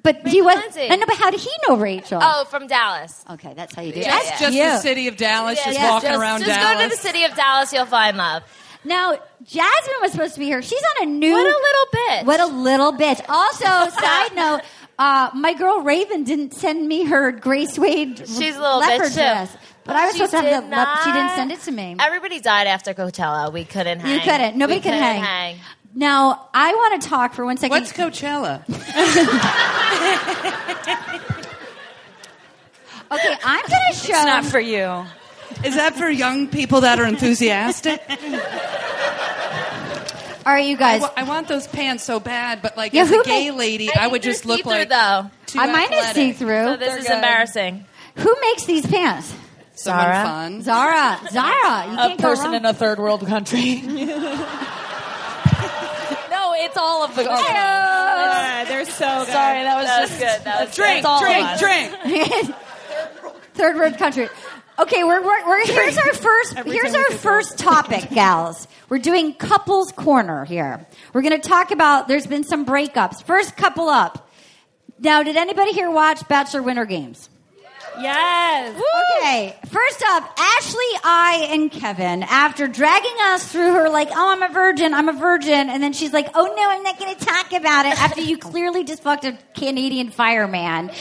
Speaker 3: But he
Speaker 9: Rachel
Speaker 3: was.
Speaker 9: Lindsay.
Speaker 3: I know, but how did he know Rachel?
Speaker 9: Oh, from Dallas.
Speaker 3: Okay, that's how you do. it.
Speaker 9: Yeah,
Speaker 3: that's
Speaker 9: yeah.
Speaker 4: Just
Speaker 3: cute.
Speaker 4: the city of Dallas,
Speaker 9: Yeah,
Speaker 4: just
Speaker 9: yeah,
Speaker 4: walking
Speaker 9: just,
Speaker 4: around
Speaker 9: just
Speaker 4: Dallas.
Speaker 9: go to the city of Dallas, you'll find love.
Speaker 3: Now, Jasmine was supposed to be here. She's on a new.
Speaker 9: What a little bitch.
Speaker 3: What a little bitch. Also, side note, uh, my girl Raven didn't send me her Grace Wade
Speaker 9: She's a little
Speaker 3: leopard
Speaker 9: bitch, too.
Speaker 3: dress. But I was
Speaker 9: She
Speaker 3: supposed to have
Speaker 9: did
Speaker 3: the lep- she didn't
Speaker 9: not-
Speaker 3: send it to me.
Speaker 9: Everybody died after Coachella. We couldn't hang.
Speaker 3: You couldn't. Nobody
Speaker 9: We
Speaker 3: could
Speaker 9: couldn't
Speaker 3: hang. Now, I want to talk for one second.
Speaker 4: What's Coachella?
Speaker 3: okay, I'm going to show.
Speaker 7: It's not for you.
Speaker 4: Is that for young people that are enthusiastic?
Speaker 3: All right, you guys.
Speaker 4: Well, I want those pants so bad, but like
Speaker 3: Yeah,
Speaker 4: as
Speaker 3: who
Speaker 4: a gay
Speaker 3: make-
Speaker 4: lady,
Speaker 9: I
Speaker 4: I, would
Speaker 9: think they're
Speaker 4: just look
Speaker 9: see-through,
Speaker 4: like Oh,
Speaker 9: though.
Speaker 4: too
Speaker 3: I might
Speaker 4: athletic.
Speaker 3: not see
Speaker 9: So
Speaker 3: through.
Speaker 9: this is embarrassing.
Speaker 3: Who makes these pants?
Speaker 4: Someone
Speaker 9: Zara.
Speaker 4: fun.
Speaker 3: Zara. Zara. You
Speaker 6: A
Speaker 3: can't go
Speaker 6: person
Speaker 3: wrong.
Speaker 6: in a third world country. it's all of the. Okay.
Speaker 7: Uh, they're so good.
Speaker 6: Sorry, that was
Speaker 9: That was
Speaker 6: just
Speaker 9: good. That
Speaker 6: drink,
Speaker 9: was
Speaker 4: Drink, drink.
Speaker 3: Third world country. Okay, we're, we're, we're here's our first here's our first topic, gals. We're doing couples corner here. We're going to talk about there's been some breakups. First couple up. Now, did anybody here watch Bachelor Winter Games?
Speaker 7: Yes.
Speaker 3: Okay, first up, Ashley, I, and Kevin, after dragging us through her, like, oh, I'm a virgin, I'm a virgin, and then she's like, oh no, I'm not going to talk about it, after you clearly just fucked a Canadian fireman.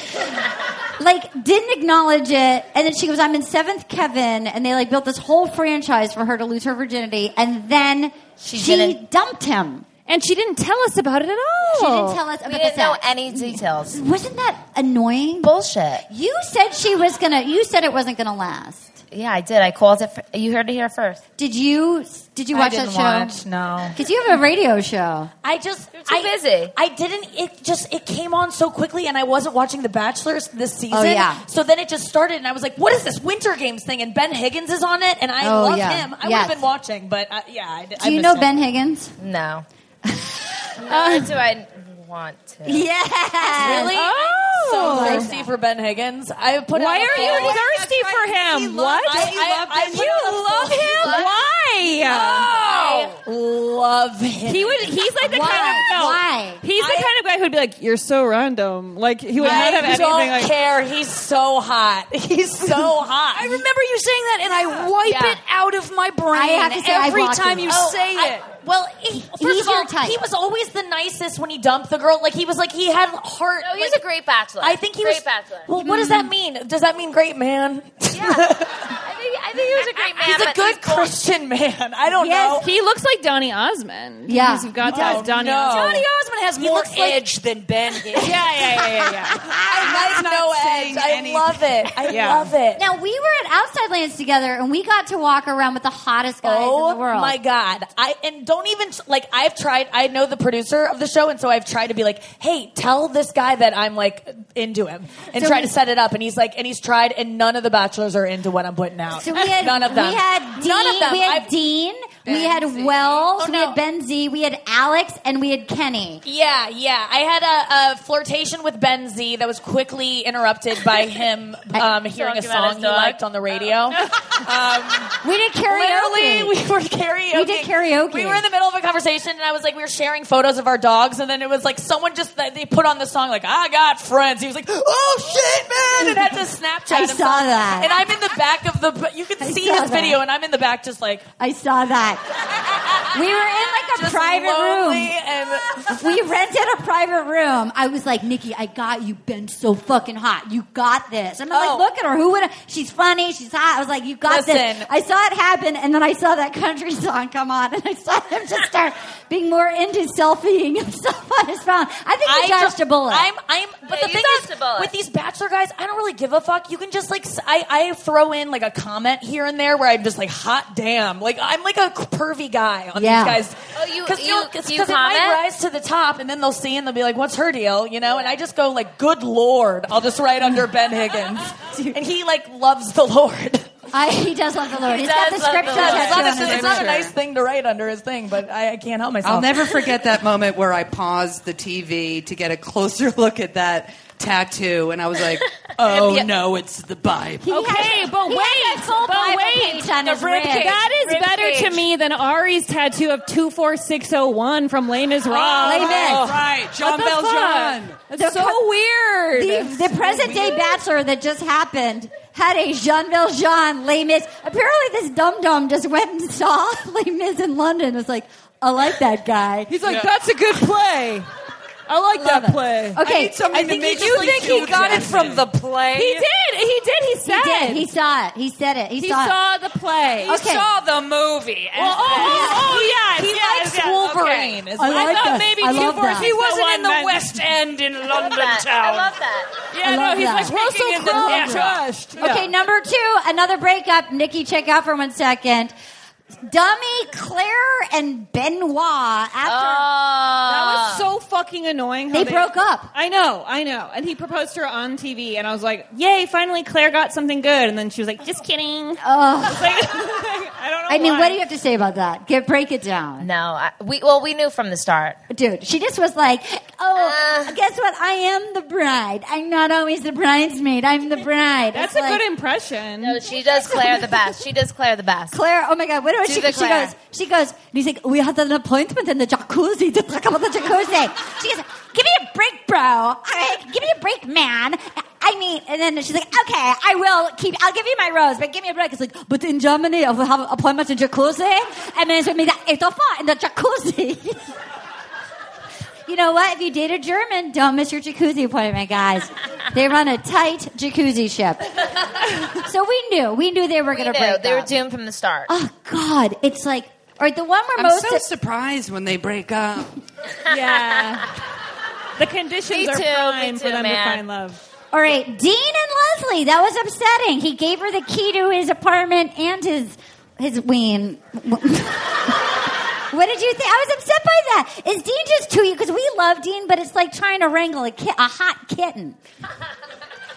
Speaker 3: like, didn't acknowledge it, and then she goes, I'm in seventh Kevin, and they, like, built this whole franchise for her to lose her virginity, and then she,
Speaker 9: didn't-
Speaker 3: dumped him.
Speaker 7: And she didn't tell us about it at all.
Speaker 3: She
Speaker 5: Oh.
Speaker 3: didn't tell us about
Speaker 9: We didn't
Speaker 3: the
Speaker 9: know
Speaker 3: sex.
Speaker 9: any details.
Speaker 3: Wasn't that annoying?
Speaker 9: Bullshit.
Speaker 3: You said she was gonna, you said it wasn't gonna last.
Speaker 9: Yeah, I did. I called it. For, you heard it here first.
Speaker 3: Did you did you watch
Speaker 6: didn't
Speaker 3: that
Speaker 6: watch,
Speaker 3: show?
Speaker 6: no.
Speaker 3: Because you have a radio show.
Speaker 6: I just
Speaker 9: too
Speaker 6: I,
Speaker 9: busy.
Speaker 6: I didn't. It just it came on so quickly, and I wasn't watching The Bachelor's this season.
Speaker 3: Oh, yeah.
Speaker 6: So then it just started, and I was like, "What is this Winter Games thing?" And Ben Higgins is on it, and I
Speaker 3: Oh,
Speaker 6: love
Speaker 3: yeah.
Speaker 6: him. I would
Speaker 3: Yes.
Speaker 6: have been watching, but uh, yeah. I,
Speaker 3: Do you know Ben Higgins?
Speaker 9: No. Nor do I want to.
Speaker 3: Yeah.
Speaker 6: Really?
Speaker 7: Oh.
Speaker 6: I'm so thirsty for Ben Higgins. I put.
Speaker 7: Why
Speaker 6: out a
Speaker 7: are you
Speaker 6: poll.
Speaker 7: thirsty for him? What?
Speaker 6: I, I, I, you love him.
Speaker 7: Why?
Speaker 6: Love him.
Speaker 7: He would. He's like the
Speaker 3: Why?
Speaker 7: kind of no.
Speaker 3: Why?
Speaker 7: He's the
Speaker 6: I-
Speaker 7: kind of guy who'd be like, "You're so random." Like he would
Speaker 6: I
Speaker 7: not have anything.
Speaker 6: don't
Speaker 7: Like,
Speaker 6: care. He's so hot. He's so hot.
Speaker 5: I remember you saying that, and I wipe
Speaker 6: Yeah.
Speaker 5: it out of my brain
Speaker 3: I have to say I
Speaker 5: every
Speaker 3: block
Speaker 5: time
Speaker 3: him.
Speaker 5: you
Speaker 6: Oh,
Speaker 5: say
Speaker 6: I-
Speaker 5: it.
Speaker 6: well, he, first
Speaker 3: He's
Speaker 6: of all,
Speaker 3: your type.
Speaker 6: he was always the nicest when he dumped the girl. Like he was like he had heart.
Speaker 9: No, he was
Speaker 6: like,
Speaker 9: a great bachelor.
Speaker 6: I think he
Speaker 9: great
Speaker 6: was.
Speaker 9: bachelor.
Speaker 6: Well, what does that mean? Does that mean great man?
Speaker 9: I think, I think he was a great man.
Speaker 6: he's a
Speaker 9: but
Speaker 6: good
Speaker 9: he's bull-
Speaker 6: Christian man. I don't know.
Speaker 7: He looks like Donny Osmond.
Speaker 3: Yeah.
Speaker 7: he's got
Speaker 6: Oh,
Speaker 7: that Donny
Speaker 6: no.
Speaker 7: Osmond.
Speaker 5: Donny Osmond has more edge than Ben.
Speaker 7: Yeah,
Speaker 5: Higgins.
Speaker 7: yeah, yeah, yeah, yeah.
Speaker 6: I like no edge. I love it. I
Speaker 7: Yeah.
Speaker 6: love it.
Speaker 3: Now we were at Outside Lands together, and we got to walk around with the hottest guys in the world.
Speaker 6: Oh my god! I and don't even like I've tried. I know the producer of the show, and so I've tried to be like, "Hey, tell this guy that I'm like into him," and
Speaker 3: So
Speaker 6: try
Speaker 3: we-
Speaker 6: to set it up. And he's like, and he's tried, and none of the bachelors are into what I'm putting out.
Speaker 3: So we had
Speaker 6: none of them.
Speaker 3: We had Dean.
Speaker 6: none of them.
Speaker 3: We had
Speaker 6: I've-
Speaker 3: Dean. we had
Speaker 6: Z.
Speaker 3: Wells.
Speaker 6: Oh,
Speaker 3: we
Speaker 6: no.
Speaker 3: had Ben Z. We had Alex, and we had Kenny.
Speaker 6: Yeah, yeah. I had a, a flirtation with Ben Z that was quickly interrupted by him um, hearing a
Speaker 9: Talking about
Speaker 6: song
Speaker 9: his
Speaker 6: he
Speaker 9: dog.
Speaker 6: liked on the radio.
Speaker 3: We did karaoke.
Speaker 6: Literally, we were karaoke.
Speaker 3: We did karaoke.
Speaker 6: We were in the middle of a conversation, and I was like, we were sharing photos of our dogs, and then it was like someone just they they put on the song like "I Got Friends." He was like, "Oh shit, man!" and had to Snapchat.
Speaker 3: I
Speaker 6: himself.
Speaker 3: saw that.
Speaker 6: and I'm in the back of the. You can see
Speaker 3: saw
Speaker 6: his
Speaker 3: that.
Speaker 6: video, and I'm in the back just like
Speaker 3: I saw that. We were in like a
Speaker 6: just
Speaker 3: private
Speaker 6: lonely
Speaker 3: room.
Speaker 6: and
Speaker 3: we rented a private room. I was like, Nikki, I got you. Ben's so fucking hot. You got this. And I'm
Speaker 6: Oh.
Speaker 3: like, look at her. Who would? have She's funny. She's hot. I was like, you got
Speaker 6: Listen.
Speaker 3: this. I saw it happen, and then I saw that country song come on, and I saw him just start being more into selfieing himself on his phone. I think he
Speaker 6: don't-
Speaker 3: dodged a bullet.
Speaker 6: I'm, I'm, but the
Speaker 9: Yeah, you
Speaker 6: thing
Speaker 9: dodged
Speaker 6: is,
Speaker 9: a bullet.
Speaker 6: with these bachelor guys, I don't really give a fuck. You can just like, s- I, I throw in like a comment here and there where I'm just like, hot damn, like I'm like a pervy guy on
Speaker 3: Yeah.
Speaker 6: these guys.
Speaker 9: Oh, you-
Speaker 6: because
Speaker 9: you- you
Speaker 6: it might
Speaker 9: comment?
Speaker 6: rise to the top, and then they'll see and they'll be like, "What's her deal?" You know, and I just go like, "Good lord," I'll just write under Ben Higgins, and he like loves the Lord.
Speaker 3: I, he does love the Lord. He's got the
Speaker 9: does love the
Speaker 3: scripture.
Speaker 9: Lord.
Speaker 6: it's not,
Speaker 3: tattooed
Speaker 6: a,
Speaker 3: on his
Speaker 6: it's not a
Speaker 3: shirt.
Speaker 6: nice thing to write under his thing, but I, I can't help myself.
Speaker 4: I'll never forget that moment where I paused the TV to get a closer look at that tattoo, and I was like, "Oh no, it's the Bible."
Speaker 3: He
Speaker 7: Okay,
Speaker 3: has-
Speaker 7: but
Speaker 3: he has
Speaker 7: wait,
Speaker 3: a full
Speaker 7: but
Speaker 3: Bible
Speaker 7: wait,
Speaker 3: page on
Speaker 7: the
Speaker 3: his
Speaker 7: rib
Speaker 3: rib.
Speaker 7: cage. That is
Speaker 9: Rib
Speaker 7: better
Speaker 9: cage.
Speaker 7: to me than Ari's tattoo of two four six zero one from Les Miserables.
Speaker 3: Les Mis.
Speaker 4: right, John
Speaker 7: What the
Speaker 4: Valjean.
Speaker 7: fuck? That's so weird.
Speaker 3: The, the present day bachelor that just happened had a Jean Valjean Les Mis. Apparently, this dum dum just went and saw Les Mis in London. and Was like, I like that guy.
Speaker 7: He's like, that's a good play. I like that play.
Speaker 4: I
Speaker 3: Okay,
Speaker 4: need something to make
Speaker 5: You think he got it from the play?
Speaker 7: He did. He did. He
Speaker 3: he
Speaker 7: said.
Speaker 3: did. He saw it. He said it. He,
Speaker 7: He
Speaker 3: saw, it.
Speaker 7: saw the play.
Speaker 5: He
Speaker 3: Okay.
Speaker 5: saw the movie. and-
Speaker 7: Well, oh, oh, oh, yes,
Speaker 6: He
Speaker 7: yes,
Speaker 6: likes
Speaker 7: yes,
Speaker 6: Wolverine.
Speaker 7: okay.
Speaker 6: is
Speaker 3: I
Speaker 6: what
Speaker 3: like
Speaker 7: I
Speaker 3: that.
Speaker 7: thought maybe
Speaker 3: I
Speaker 7: two
Speaker 3: love
Speaker 7: four
Speaker 3: that.
Speaker 5: he
Speaker 7: six
Speaker 5: wasn't
Speaker 7: one
Speaker 5: in the
Speaker 7: meant-
Speaker 5: West End in
Speaker 9: I
Speaker 5: London
Speaker 9: love that.
Speaker 5: town.
Speaker 9: I love that.
Speaker 7: Yeah,
Speaker 3: love
Speaker 7: no, he's
Speaker 3: that.
Speaker 7: like
Speaker 5: Russell
Speaker 7: Russell
Speaker 5: Crowe.
Speaker 7: Crowe.
Speaker 3: Okay, number two, another breakup. Nikki, check out for one second. Dummy Claire and Benoit after
Speaker 6: That was so fucking annoying. how
Speaker 3: Uh, They broke up.
Speaker 6: I know, I know. And he proposed to her on TV, and I was like, "Yay! Finally, Claire got something good." And then she was like, "Just kidding." I was like, I don't know.
Speaker 3: I mean,
Speaker 6: why.
Speaker 3: what do you have to say about that? Get break it down.
Speaker 9: No, I, we well we knew from the start.
Speaker 3: Dude, she just was like, "Oh,
Speaker 9: Uh.
Speaker 3: guess what? I am the bride. I'm not always the bridesmaid. I'm the bride."
Speaker 6: That's
Speaker 3: It's
Speaker 6: a
Speaker 3: like,
Speaker 6: good impression.
Speaker 9: No, she does Claire the best. She does Claire the best.
Speaker 3: Claire, oh my God, what was
Speaker 9: Do
Speaker 3: she?
Speaker 9: the
Speaker 3: She
Speaker 9: Claire.
Speaker 3: goes, she goes, and he's like, we had an appointment in the jacuzzi to talk about the jacuzzi. she goes, give me a break, bro. All right, give me a break, man. I mean, and then she's like, okay, I will keep, I'll give you my rose, but give me a break. It's like, but in Germany, I will have appointments in jacuzzi, and then it's with me that eight in the jacuzzi. you know what? If you date a German, don't miss your jacuzzi appointment, guys. They run a tight jacuzzi ship. so we knew, we knew they were
Speaker 9: We
Speaker 3: going to
Speaker 9: knew.
Speaker 3: break
Speaker 9: They were
Speaker 3: up.
Speaker 9: doomed from the start.
Speaker 3: Oh God, it's like or the one where
Speaker 4: I'm
Speaker 3: most
Speaker 4: so
Speaker 3: of-
Speaker 4: surprised when they break up.
Speaker 6: yeah. The conditions
Speaker 9: Me
Speaker 6: are
Speaker 9: too, me
Speaker 6: prime for
Speaker 9: too,
Speaker 6: them
Speaker 9: man.
Speaker 6: to find love.
Speaker 3: all right, Dean and Leslie. That was upsetting. He gave her the key to his apartment and his his ween. What did you think? I was upset by that. Is Dean just too? Because we love Dean, but it's like trying to wrangle a ki- a hot kitten.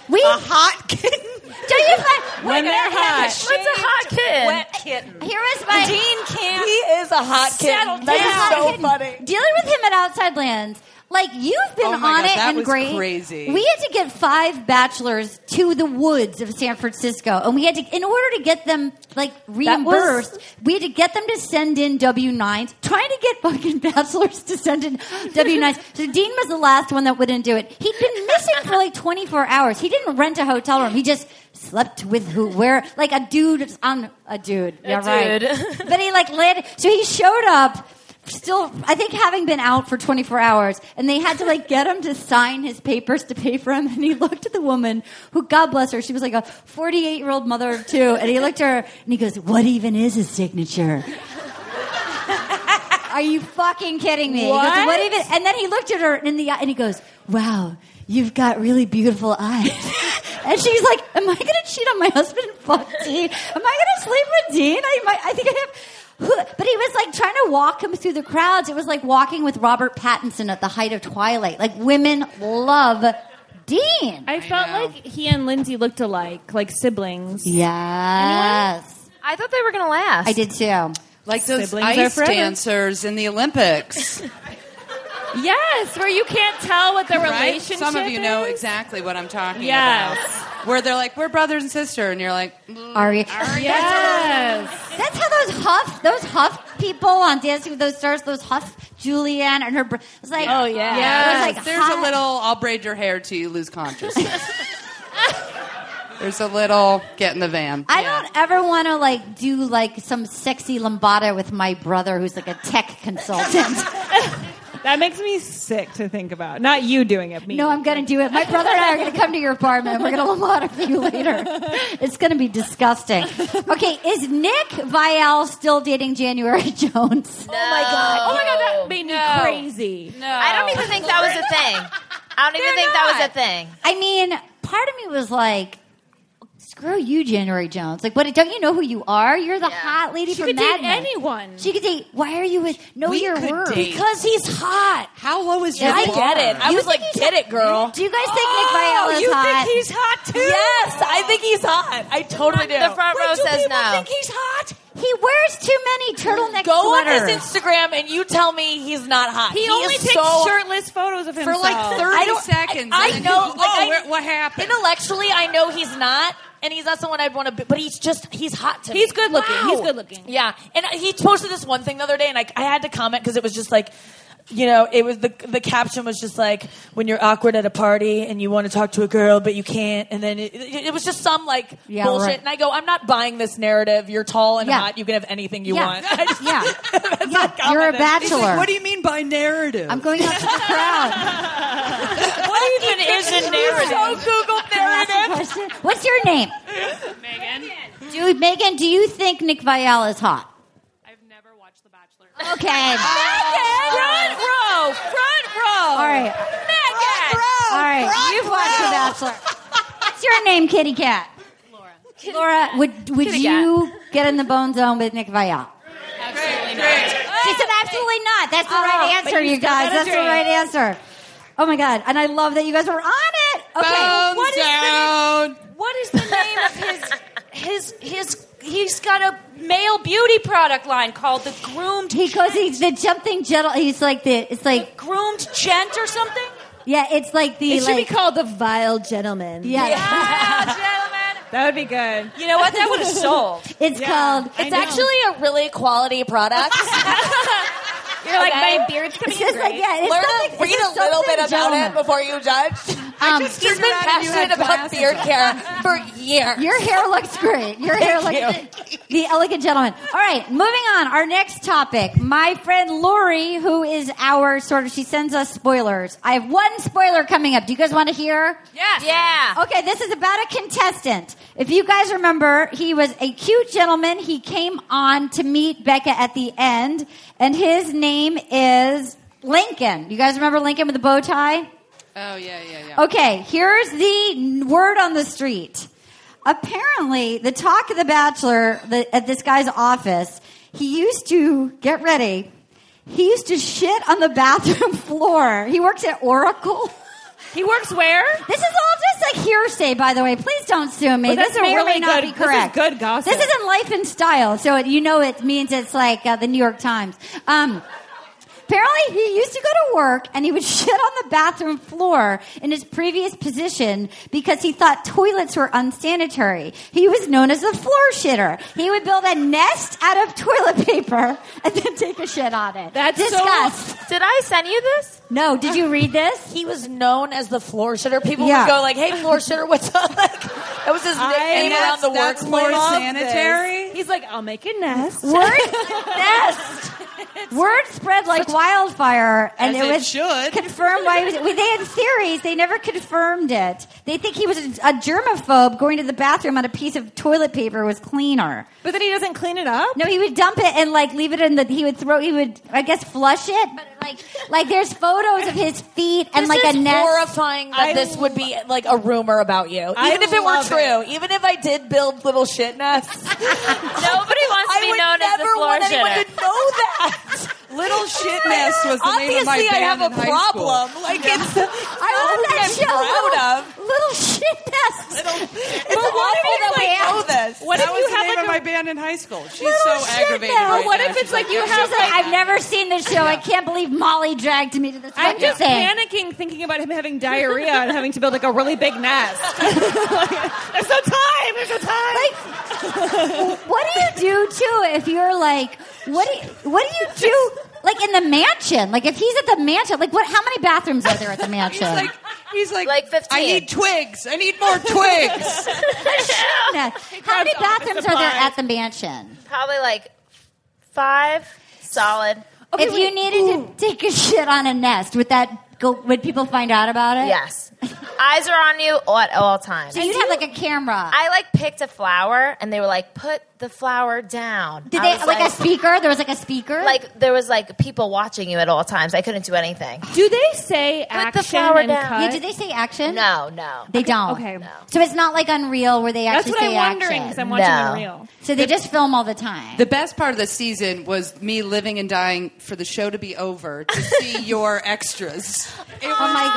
Speaker 3: We
Speaker 4: A hot kitten.
Speaker 3: don't you find
Speaker 6: When they're hot.
Speaker 9: What's a hot kid?
Speaker 7: Wet kitten.
Speaker 3: Here was my
Speaker 7: Dean can't.
Speaker 6: is a hot
Speaker 7: Settle kid. That
Speaker 3: Hot kitten. Dealing with him at Outside Lands, like you've been
Speaker 4: Oh my
Speaker 3: on
Speaker 4: God,
Speaker 3: it
Speaker 4: that
Speaker 3: and
Speaker 4: was
Speaker 3: great.
Speaker 4: crazy.
Speaker 3: We had to get five bachelors to the woods of San Francisco, and we had to, in order to get them like reimbursed, we had to get them to send in W nines. Trying to get fucking bachelors to send in W nines. So Dean was the last one that wouldn't do it. He'd been missing for like 24 hours. He didn't rent a hotel room. He just slept with who where like a dude on a dude yeah right
Speaker 9: dude.
Speaker 3: but he like landed. So he showed up, still, I think, having been out for 24 hours, and they had to like get him to sign his papers to pay for him. And he looked at the woman who, God bless her, she was like a 48 year old mother of two, and he looked at her and he goes, "What even is his signature?" Are you fucking kidding me? He goes,
Speaker 6: What?
Speaker 3: what even? And then he looked at her in the eye and he goes, "Wow, you've got really beautiful eyes." and she's like, "Am I going to cheat on my husband and fuck Dean? Am I going to sleep with Dean? I might, I think I have." who-" But he was like trying to walk him through the crowds. It was like walking with Robert Pattinson at the height of Twilight. Like women love Dean.
Speaker 6: I felt like he and Lindsay looked alike, like siblings.
Speaker 3: yes,
Speaker 9: I thought they were gonna last.
Speaker 3: I did too.
Speaker 4: Like those
Speaker 6: Siblings are
Speaker 4: ice
Speaker 6: forever.
Speaker 4: dancers in the Olympics.
Speaker 6: Yes, where you can't tell what the
Speaker 4: right?
Speaker 6: relationship
Speaker 4: Some of you
Speaker 6: is.
Speaker 4: know exactly what I'm talking
Speaker 6: Yes.
Speaker 4: about. Where they're like, we're brother and sister. And you're like,
Speaker 3: Ari.
Speaker 6: Yes.
Speaker 3: That's how those Huff, those Huff people on Dancing with Those Stars, those Huff, Julianne and her, br- it was like,
Speaker 6: Oh, yeah.
Speaker 3: It was
Speaker 4: Yes,
Speaker 3: like
Speaker 4: there's
Speaker 3: hot.
Speaker 4: a little. I'll braid your hair till you lose consciousness. there's a little. Get in the van.
Speaker 3: I
Speaker 4: Yeah.
Speaker 3: don't ever want to like do like some sexy lambada with my brother who's like a tech consultant.
Speaker 6: That makes me sick to think about. Not you doing it, me.
Speaker 3: no, I'm gonna do it. My brother and I are gonna come to your apartment. We're gonna lambada for you later. It's gonna be disgusting. Okay, is Nick Vial still dating January Jones?
Speaker 9: Oh my god.
Speaker 6: Oh my god, that made me crazy.
Speaker 5: No.
Speaker 9: I don't even think that was a thing. I don't even think that was a thing.
Speaker 3: I mean, part of me was like, screw you, January Jones. Like, what? Don't you know who you are? You're the hot lady
Speaker 6: She
Speaker 3: from
Speaker 6: could
Speaker 3: Mad
Speaker 6: date
Speaker 3: Men.
Speaker 6: anyone.
Speaker 3: She could date. Why are you with? Know
Speaker 4: We
Speaker 3: your
Speaker 4: could
Speaker 3: worth.
Speaker 4: date.
Speaker 3: Because he's hot.
Speaker 4: How low is
Speaker 3: Yeah,
Speaker 4: your
Speaker 3: I
Speaker 4: bar?
Speaker 3: get it.
Speaker 6: I
Speaker 3: You
Speaker 6: was
Speaker 3: think
Speaker 6: like,
Speaker 3: he's
Speaker 6: get it, girl.
Speaker 3: Do you guys Oh, think Nick Vial is hot?
Speaker 6: hot too? Yes, I think he's hot. I totally do.
Speaker 9: The front row says no.
Speaker 6: he's hot?
Speaker 3: he wears too many turtleneck
Speaker 6: Go
Speaker 3: sweaters.
Speaker 6: on his Instagram and you tell me he's not hot.
Speaker 7: He, only
Speaker 6: is
Speaker 7: takes
Speaker 6: so-
Speaker 7: shirtless photos of himself.
Speaker 4: for like 30
Speaker 6: I don't-
Speaker 4: seconds.
Speaker 6: I- I
Speaker 4: and then
Speaker 6: know,
Speaker 4: you-
Speaker 6: like,
Speaker 4: oh,
Speaker 6: I-
Speaker 4: where- what happened?
Speaker 6: Intellectually, I know he's not, and he's not someone I'd want to. be, But he's just he's hot to me.
Speaker 7: He's good looking. He's good looking.
Speaker 6: Yeah, and he posted this one thing the other day, and I, I had to comment because it was just like, you know, it was the the caption was just like when you're awkward at a party and you want to talk to a girl but you can't, and then it, it, it was just some like
Speaker 3: Yeah,
Speaker 6: bullshit.
Speaker 3: right.
Speaker 6: And I go, I'm not buying this narrative. You're tall and
Speaker 3: Yeah.
Speaker 6: hot. You can have anything you
Speaker 3: yeah.
Speaker 6: want.
Speaker 3: yeah. yeah. You're a
Speaker 4: He's like,
Speaker 3: bachelor.
Speaker 4: what do you mean by narrative?
Speaker 3: I'm going out to the crowd.
Speaker 6: what even is a narrative? So Google
Speaker 3: Can I ask a question? What's your name? Megan. Do, Megan, do you think Nick Vial is hot?
Speaker 10: I've never watched The Bachelor.
Speaker 3: Okay.
Speaker 6: Front row, front row.
Speaker 3: All right. All right, you've watched The Bachelor. What's your name, Kitty Cat? Laura. Laura, would would
Speaker 9: Kitty
Speaker 3: you get in the bone zone with Nick Vial?
Speaker 5: Absolutely not.
Speaker 3: She said, absolutely not. That's the right
Speaker 5: but
Speaker 3: answer,
Speaker 5: you
Speaker 3: you
Speaker 5: still
Speaker 3: guys.
Speaker 5: gotta
Speaker 3: That's the
Speaker 5: drink.
Speaker 3: right answer. Oh my God. And I love that you guys were on it. Okay. what is
Speaker 4: down.
Speaker 5: What is the name of his his his? He's got a male beauty product line called the Groomed
Speaker 3: He goes, he's the jumping gentle. He's like the, it's like,
Speaker 5: Groomed Gent or something.
Speaker 3: yeah, it's like the,
Speaker 11: It should be
Speaker 3: like,
Speaker 11: called the vile gentleman.
Speaker 3: yeah.
Speaker 7: That would be good.
Speaker 5: You know what? That would have sold.
Speaker 3: It's called,
Speaker 11: It's actually a really quality product.
Speaker 7: You're like,
Speaker 11: Okay.
Speaker 7: my beard's coming
Speaker 3: it's just like, yeah, it's
Speaker 11: Learn
Speaker 3: something-
Speaker 11: a,
Speaker 3: it's
Speaker 11: read a
Speaker 3: just
Speaker 11: little
Speaker 3: something
Speaker 11: bit about it
Speaker 3: gentleman.
Speaker 11: before you judge.
Speaker 3: Um,
Speaker 11: He's been passionate about beard care for years.
Speaker 3: Your hair looks great. Your hair looks the elegant gentleman. All right, moving on. Our next topic. My friend Lori, who is our sort of, she sends us spoilers. I have one spoiler coming up. Do you guys want to hear?
Speaker 5: Yes.
Speaker 9: Yeah.
Speaker 3: Okay, this is about a contestant. If you guys remember, he was a cute gentleman. He came on to meet Becca at the end, and his name is Lincoln. You guys remember Lincoln with the bow tie?
Speaker 4: Oh, yeah, yeah, yeah.
Speaker 3: Okay, here's the n- word on the street. Apparently, the talk of the bachelor the, at this guy's office, he used to get ready. He used to shit on the bathroom floor. He works at Oracle.
Speaker 7: He works where?
Speaker 3: This is all just like hearsay, by the way. Please don't sue me.
Speaker 7: But
Speaker 3: this
Speaker 7: that's
Speaker 3: may or may
Speaker 7: really
Speaker 3: not
Speaker 7: good-
Speaker 3: be
Speaker 7: this is
Speaker 3: correct.
Speaker 7: good gossip.
Speaker 3: This isn't life and style, so it, you know it means it's like uh, the New York Times. Um, apparently, he used to go to work and he would shit on the bathroom floor in his previous position because he thought toilets were unsanitary. He was known as the floor shitter. He would build a nest out of toilet paper and then take a shit on it.
Speaker 7: That's so-
Speaker 3: disgust.
Speaker 9: Did I send you this?
Speaker 3: No, did you read this?
Speaker 6: He was known as the floor shitter. People
Speaker 3: Yeah.
Speaker 6: would go like, "Hey, floor shitter, what's up?" Like, that was his nickname around
Speaker 4: that's,
Speaker 6: the
Speaker 4: that's
Speaker 6: workplace.
Speaker 4: more sanitary.
Speaker 7: He's like, I'll make a nest.
Speaker 3: Word, nest. Word spread like wildfire, and
Speaker 4: As
Speaker 3: it
Speaker 4: it
Speaker 3: was
Speaker 4: should.
Speaker 3: confirmed by. well, They had theories. They never confirmed it. They think he was a, a germaphobe. Going to the bathroom on a piece of toilet paper was cleaner.
Speaker 7: But then he doesn't clean it up.
Speaker 3: No, he would dump it and like leave it in the. He would throw. He would, I guess, flush it. But like, like there's photos of his feet and
Speaker 6: This
Speaker 3: like
Speaker 6: is
Speaker 3: a nest.
Speaker 6: horrifying that
Speaker 7: I
Speaker 6: this would be like a rumor about you, even
Speaker 7: I
Speaker 6: if it were
Speaker 7: love
Speaker 6: true, even if I did build little shit nests.
Speaker 9: Nobody wants to
Speaker 6: I
Speaker 9: be
Speaker 6: would
Speaker 9: known as the
Speaker 6: never
Speaker 9: floor
Speaker 6: want anyone
Speaker 9: shitter.
Speaker 6: to know that.
Speaker 4: Little shit nest was the
Speaker 6: Obviously,
Speaker 4: name of my
Speaker 6: I
Speaker 4: band
Speaker 6: have a
Speaker 4: in high school.
Speaker 6: problem. Like it's,
Speaker 3: I love that
Speaker 6: I'm
Speaker 3: show.
Speaker 6: proud
Speaker 3: little,
Speaker 6: of.
Speaker 3: little shit nests.
Speaker 6: It's
Speaker 3: what if
Speaker 6: awful that
Speaker 3: it's
Speaker 6: we
Speaker 3: like-
Speaker 6: know this.
Speaker 7: What
Speaker 4: that
Speaker 7: if
Speaker 4: was
Speaker 7: you
Speaker 4: the
Speaker 7: have
Speaker 4: name
Speaker 7: like
Speaker 4: of
Speaker 7: a
Speaker 4: my band in high school. She's
Speaker 3: Little
Speaker 4: so
Speaker 3: shit
Speaker 4: aggravated.
Speaker 3: nest.
Speaker 4: Right
Speaker 3: What
Speaker 4: now.
Speaker 7: if it's like you
Speaker 4: She's
Speaker 7: have
Speaker 3: She's like, I've never seen this show. I can't believe Molly dragged me to this.
Speaker 7: I'm
Speaker 3: fucking
Speaker 7: just
Speaker 3: thing.
Speaker 7: panicking thinking about him having diarrhea and having to build like a really big nest. there's no time. There's no time.
Speaker 3: what do you do too if you're like what do you, what do you do like in the mansion like if he's at the mansion like what how many bathrooms are there at the mansion
Speaker 4: like, he's like,
Speaker 9: Like 15.
Speaker 4: I need twigs. I need more twigs.
Speaker 3: Yeah. how
Speaker 7: grabs office
Speaker 3: many bathrooms are there
Speaker 7: supplies.
Speaker 3: at the mansion
Speaker 9: Probably like five solid.
Speaker 3: if you needed to take a shit on a nest would that go would people find out about it
Speaker 9: Yes. Eyes are on you all- at all times.
Speaker 3: so you'd have like a camera
Speaker 9: I like picked a flower and they were like, put the flower down.
Speaker 3: did
Speaker 9: I
Speaker 3: they
Speaker 9: was
Speaker 3: like, a speaker there was like a speaker
Speaker 9: like there was like people watching you at all times. I couldn't do anything.
Speaker 7: Do they say
Speaker 9: Put the
Speaker 7: action
Speaker 9: flower
Speaker 7: and
Speaker 9: down.
Speaker 7: cut?
Speaker 3: yeah, did they say action
Speaker 9: No, no.
Speaker 3: they don't
Speaker 7: okay. No.
Speaker 3: so it's not like unreal where they
Speaker 7: That's
Speaker 3: actually
Speaker 7: what I'm
Speaker 3: say
Speaker 7: wondering because
Speaker 3: action
Speaker 7: I'm watching
Speaker 9: No.
Speaker 7: Unreal.
Speaker 3: so they just film all the time
Speaker 4: The best part of the season was me living and dying for the show to be over to see your extras. It was,
Speaker 3: oh my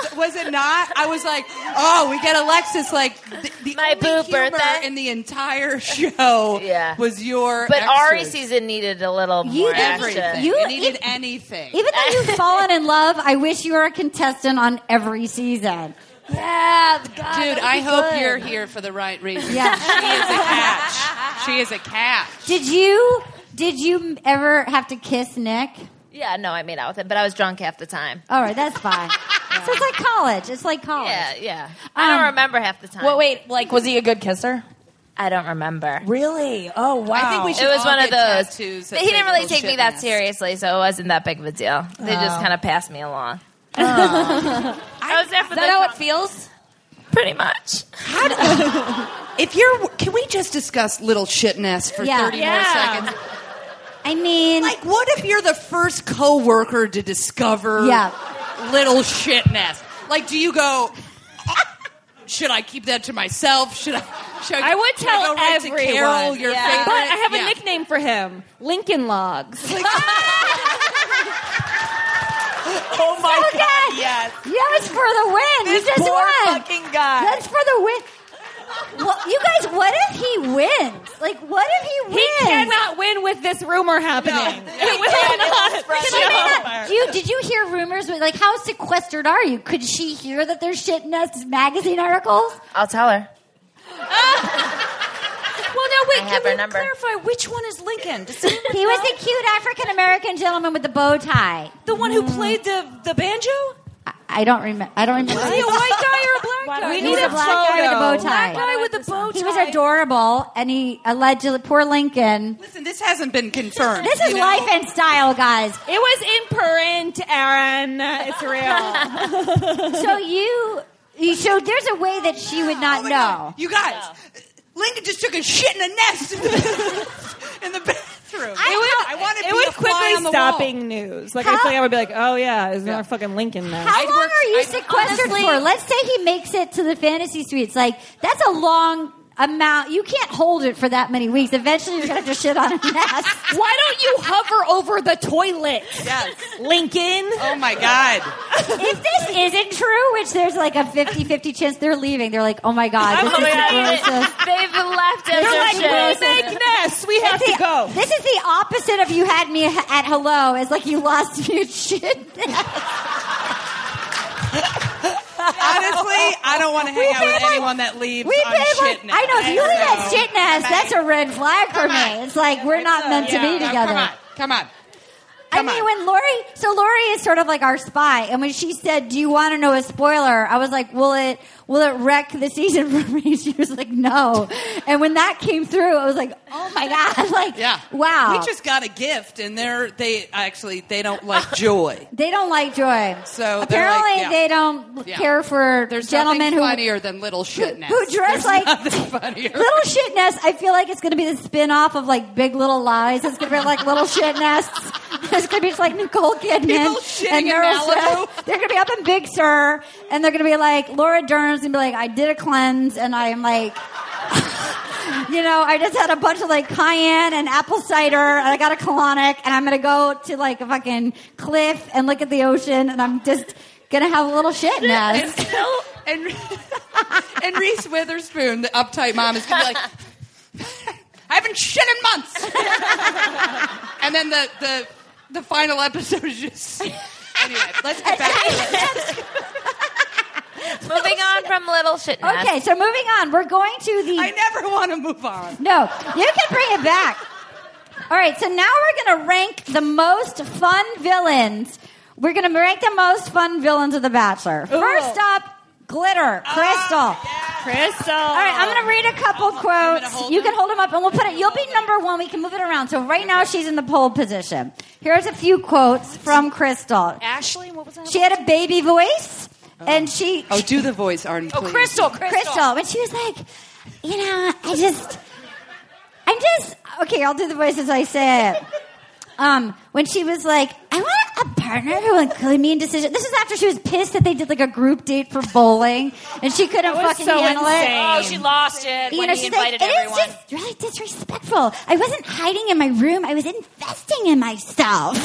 Speaker 3: god
Speaker 4: was it not? I was like, oh, we get Alexis like the, the
Speaker 9: My
Speaker 4: only
Speaker 9: boob
Speaker 4: humor
Speaker 9: birthday.
Speaker 4: in the entire show.
Speaker 9: Yeah.
Speaker 4: was your
Speaker 9: But
Speaker 4: extras.
Speaker 9: Ari season needed a little
Speaker 3: You
Speaker 9: more
Speaker 3: did
Speaker 9: action.
Speaker 4: everything.
Speaker 3: You-
Speaker 4: You needed
Speaker 3: you-
Speaker 4: anything.
Speaker 3: Even though you've fallen in love, I wish you were a contestant on every season.
Speaker 11: yeah, God,
Speaker 4: Dude, I hope you're here for the right reason.
Speaker 3: Yeah.
Speaker 4: She is a catch. She is a catch.
Speaker 3: did you did you ever have to kiss Nick?
Speaker 9: Yeah, no, I made out with him, but I was drunk half the time.
Speaker 3: All right, that's fine. So it's like college. It's like college.
Speaker 9: Yeah, yeah. I don't
Speaker 3: Um,
Speaker 9: remember half the time.
Speaker 6: Well, wait, like, was he a good kisser?
Speaker 9: I don't remember.
Speaker 6: Really? Oh wow!
Speaker 4: I think we
Speaker 9: It
Speaker 4: should
Speaker 9: was
Speaker 4: all
Speaker 9: one of
Speaker 4: get
Speaker 9: those.
Speaker 4: tattoos that
Speaker 9: But he
Speaker 4: say
Speaker 9: didn't really
Speaker 4: little
Speaker 9: take me
Speaker 4: shit
Speaker 9: that
Speaker 4: nest.
Speaker 9: seriously, so it wasn't that big of a deal. They just kind of passed me along. I, was there for
Speaker 6: Is that how
Speaker 9: the
Speaker 6: it feels?
Speaker 9: pretty much.
Speaker 4: If you're, can we just discuss little shit nest for
Speaker 3: Yeah.
Speaker 4: thirty
Speaker 7: Yeah.
Speaker 4: more seconds?
Speaker 3: I mean,
Speaker 4: Like, what if you're the first coworker to discover
Speaker 3: Yeah.
Speaker 4: little shit nest? Like, do you go? "Oh, should I keep that to myself? Should I?
Speaker 7: I would
Speaker 11: should I
Speaker 7: tell
Speaker 11: go right to
Speaker 7: everyone.
Speaker 5: Oh,
Speaker 11: Carol, your favorite?
Speaker 7: But I have a
Speaker 11: Yeah.
Speaker 7: nickname for him: Lincoln Logs.
Speaker 11: Oh my
Speaker 3: So good. Yes, for the win.
Speaker 11: This
Speaker 3: he just
Speaker 11: poor
Speaker 3: won.
Speaker 11: fucking guy.
Speaker 3: That's for the win. Well, you guys, what if he wins? Like, what if he
Speaker 7: He
Speaker 3: wins?
Speaker 7: cannot win with this rumor happening.
Speaker 3: Wait, can I- can I not- do you- did you hear rumors? with- Like, how sequestered are you? Could she hear that there's shit in us magazine articles?
Speaker 9: I'll tell her.
Speaker 5: Well, now wait.
Speaker 9: I
Speaker 5: Can
Speaker 9: have her
Speaker 5: we
Speaker 9: number.
Speaker 5: clarify which one is Lincoln? Does anyone
Speaker 3: He was
Speaker 5: know?
Speaker 3: the cute African American gentleman with the bow tie.
Speaker 5: the one who played the the banjo.
Speaker 3: I don't remember. I don't remember.
Speaker 5: Is he a white guy or a black guy?
Speaker 3: He was a black guy with a bow tie.
Speaker 5: Black guy with a bow tie.
Speaker 3: He was adorable, and he allegedly poor Lincoln.
Speaker 4: Listen, this hasn't been confirmed.
Speaker 3: This is
Speaker 4: you know?
Speaker 3: life and style, guys.
Speaker 7: It was in print, Aaron. It's real.
Speaker 3: so you, you so there's a way that she would not know.
Speaker 4: You guys, Lincoln just took a shit in a nest in the, in the bathroom.
Speaker 7: it would,
Speaker 4: I wanted to
Speaker 7: it
Speaker 4: be
Speaker 7: was
Speaker 4: a fly
Speaker 7: quickly
Speaker 4: on the wall.
Speaker 7: stopping news. Like I feel like I would be like, oh yeah, there's another fucking Lincoln now.
Speaker 3: How long are you sequestered
Speaker 7: honestly-
Speaker 3: for? Let's say he makes it to the fantasy suites. Like that's a long amount. You can't hold it for that many weeks. Eventually, you're gonna have to shit on a nest.
Speaker 7: Why don't you hover over the toilet? Yes. Lincoln.
Speaker 4: Oh my god.
Speaker 3: if this isn't true, which there's like a 50-50 chance they're leaving, they're like, oh my god, this is the grossest.
Speaker 9: They've left us.
Speaker 3: They're like,
Speaker 9: shit.
Speaker 3: we make
Speaker 7: this. We
Speaker 3: It's the- This is the opposite of you had me h- at hello. It's like you lost me at shit.
Speaker 4: Honestly, I don't want to hang
Speaker 3: We
Speaker 4: out with
Speaker 3: paid like-
Speaker 4: anyone that leaves
Speaker 3: We
Speaker 4: on
Speaker 3: paid
Speaker 4: shit
Speaker 3: like
Speaker 4: nest.
Speaker 3: I know if you leave that
Speaker 4: So-
Speaker 3: shit nest, that's a red flag for me. It's like we're not meant to
Speaker 4: Yeah,
Speaker 3: be together.
Speaker 4: Come on, come on.
Speaker 3: I mean, when Lori, so Lori is sort of like our spy, and when she said, "Do you want to know a spoiler?" I was like, "Will it will it wreck the season for me?" She was like, "No," and when that came through, I was like, "Oh my god!" Like,
Speaker 4: Yeah.
Speaker 3: wow.
Speaker 4: We just got a gift, and they're they actually they don't like joy.
Speaker 3: They don't like joy.
Speaker 4: So they're like-
Speaker 3: apparently,
Speaker 4: yeah.
Speaker 3: they don't
Speaker 4: Yeah.
Speaker 3: care for
Speaker 4: There's
Speaker 3: gentlemen
Speaker 4: nothing
Speaker 3: who
Speaker 4: funnier than little shit nests.
Speaker 3: who
Speaker 4: There's
Speaker 3: dress like-
Speaker 4: nothing funnier.
Speaker 3: Little Shit Nest, I feel like it's going to be the spin off of like Big Little Lies. It's going to be like Little Shit Nests. It's going to be just like Nicole Kidman
Speaker 4: shitting
Speaker 3: and
Speaker 4: in
Speaker 3: Meryl
Speaker 4: Malibu.
Speaker 3: Streep. They're going to be up in Big Sur and they're going to be like, Laura Dern's going to be like, I did a cleanse and I am like, you know, I just had a bunch of like cayenne and apple cider and I got a colonic and I'm going to go to like a fucking cliff and look at the ocean and I'm just going to have a little shit nest.
Speaker 4: and and Reese Witherspoon, the uptight mom, is gonna be like, I haven't shit in months. and then the the the final episode is just. Anyway, let's get back to it.
Speaker 9: Moving on from little shit. nest.
Speaker 3: Okay, so moving on, we're going to the
Speaker 4: I never want to move on.
Speaker 3: No, you can bring it back. All right, so now we're going to rank the most fun villains. We're going to rank the most fun villains of The Bachelor. First up, Glitter, Crystal.
Speaker 7: Crystal.
Speaker 3: All right, I'm going to read a couple quotes.
Speaker 4: hold
Speaker 3: You can hold them up and we'll put it. You'll be number one. We can move it around. So right now she's in the pole position. Here's a few quotes from Crystal.
Speaker 5: Ashley, what was that?
Speaker 3: She had a baby voice and she
Speaker 4: Oh, do the voice, Arden.
Speaker 5: oh,
Speaker 4: please.
Speaker 5: Crystal, Crystal.
Speaker 3: Crystal, when she was like, you know, I just, I'm just okay. I'll do the voice as I say it. Um, when she was like, I want a partner who will include me in decision. This is after she was pissed that they did like a group date for bowling, and she couldn't
Speaker 7: was
Speaker 3: fucking
Speaker 7: so
Speaker 3: handle
Speaker 7: insane.
Speaker 3: it.
Speaker 5: Oh, she lost it
Speaker 3: You
Speaker 5: when
Speaker 3: know,
Speaker 5: he
Speaker 3: she's
Speaker 5: invited
Speaker 3: like, it is
Speaker 5: everyone.
Speaker 3: just really disrespectful. I wasn't hiding in my room. I was investing in myself.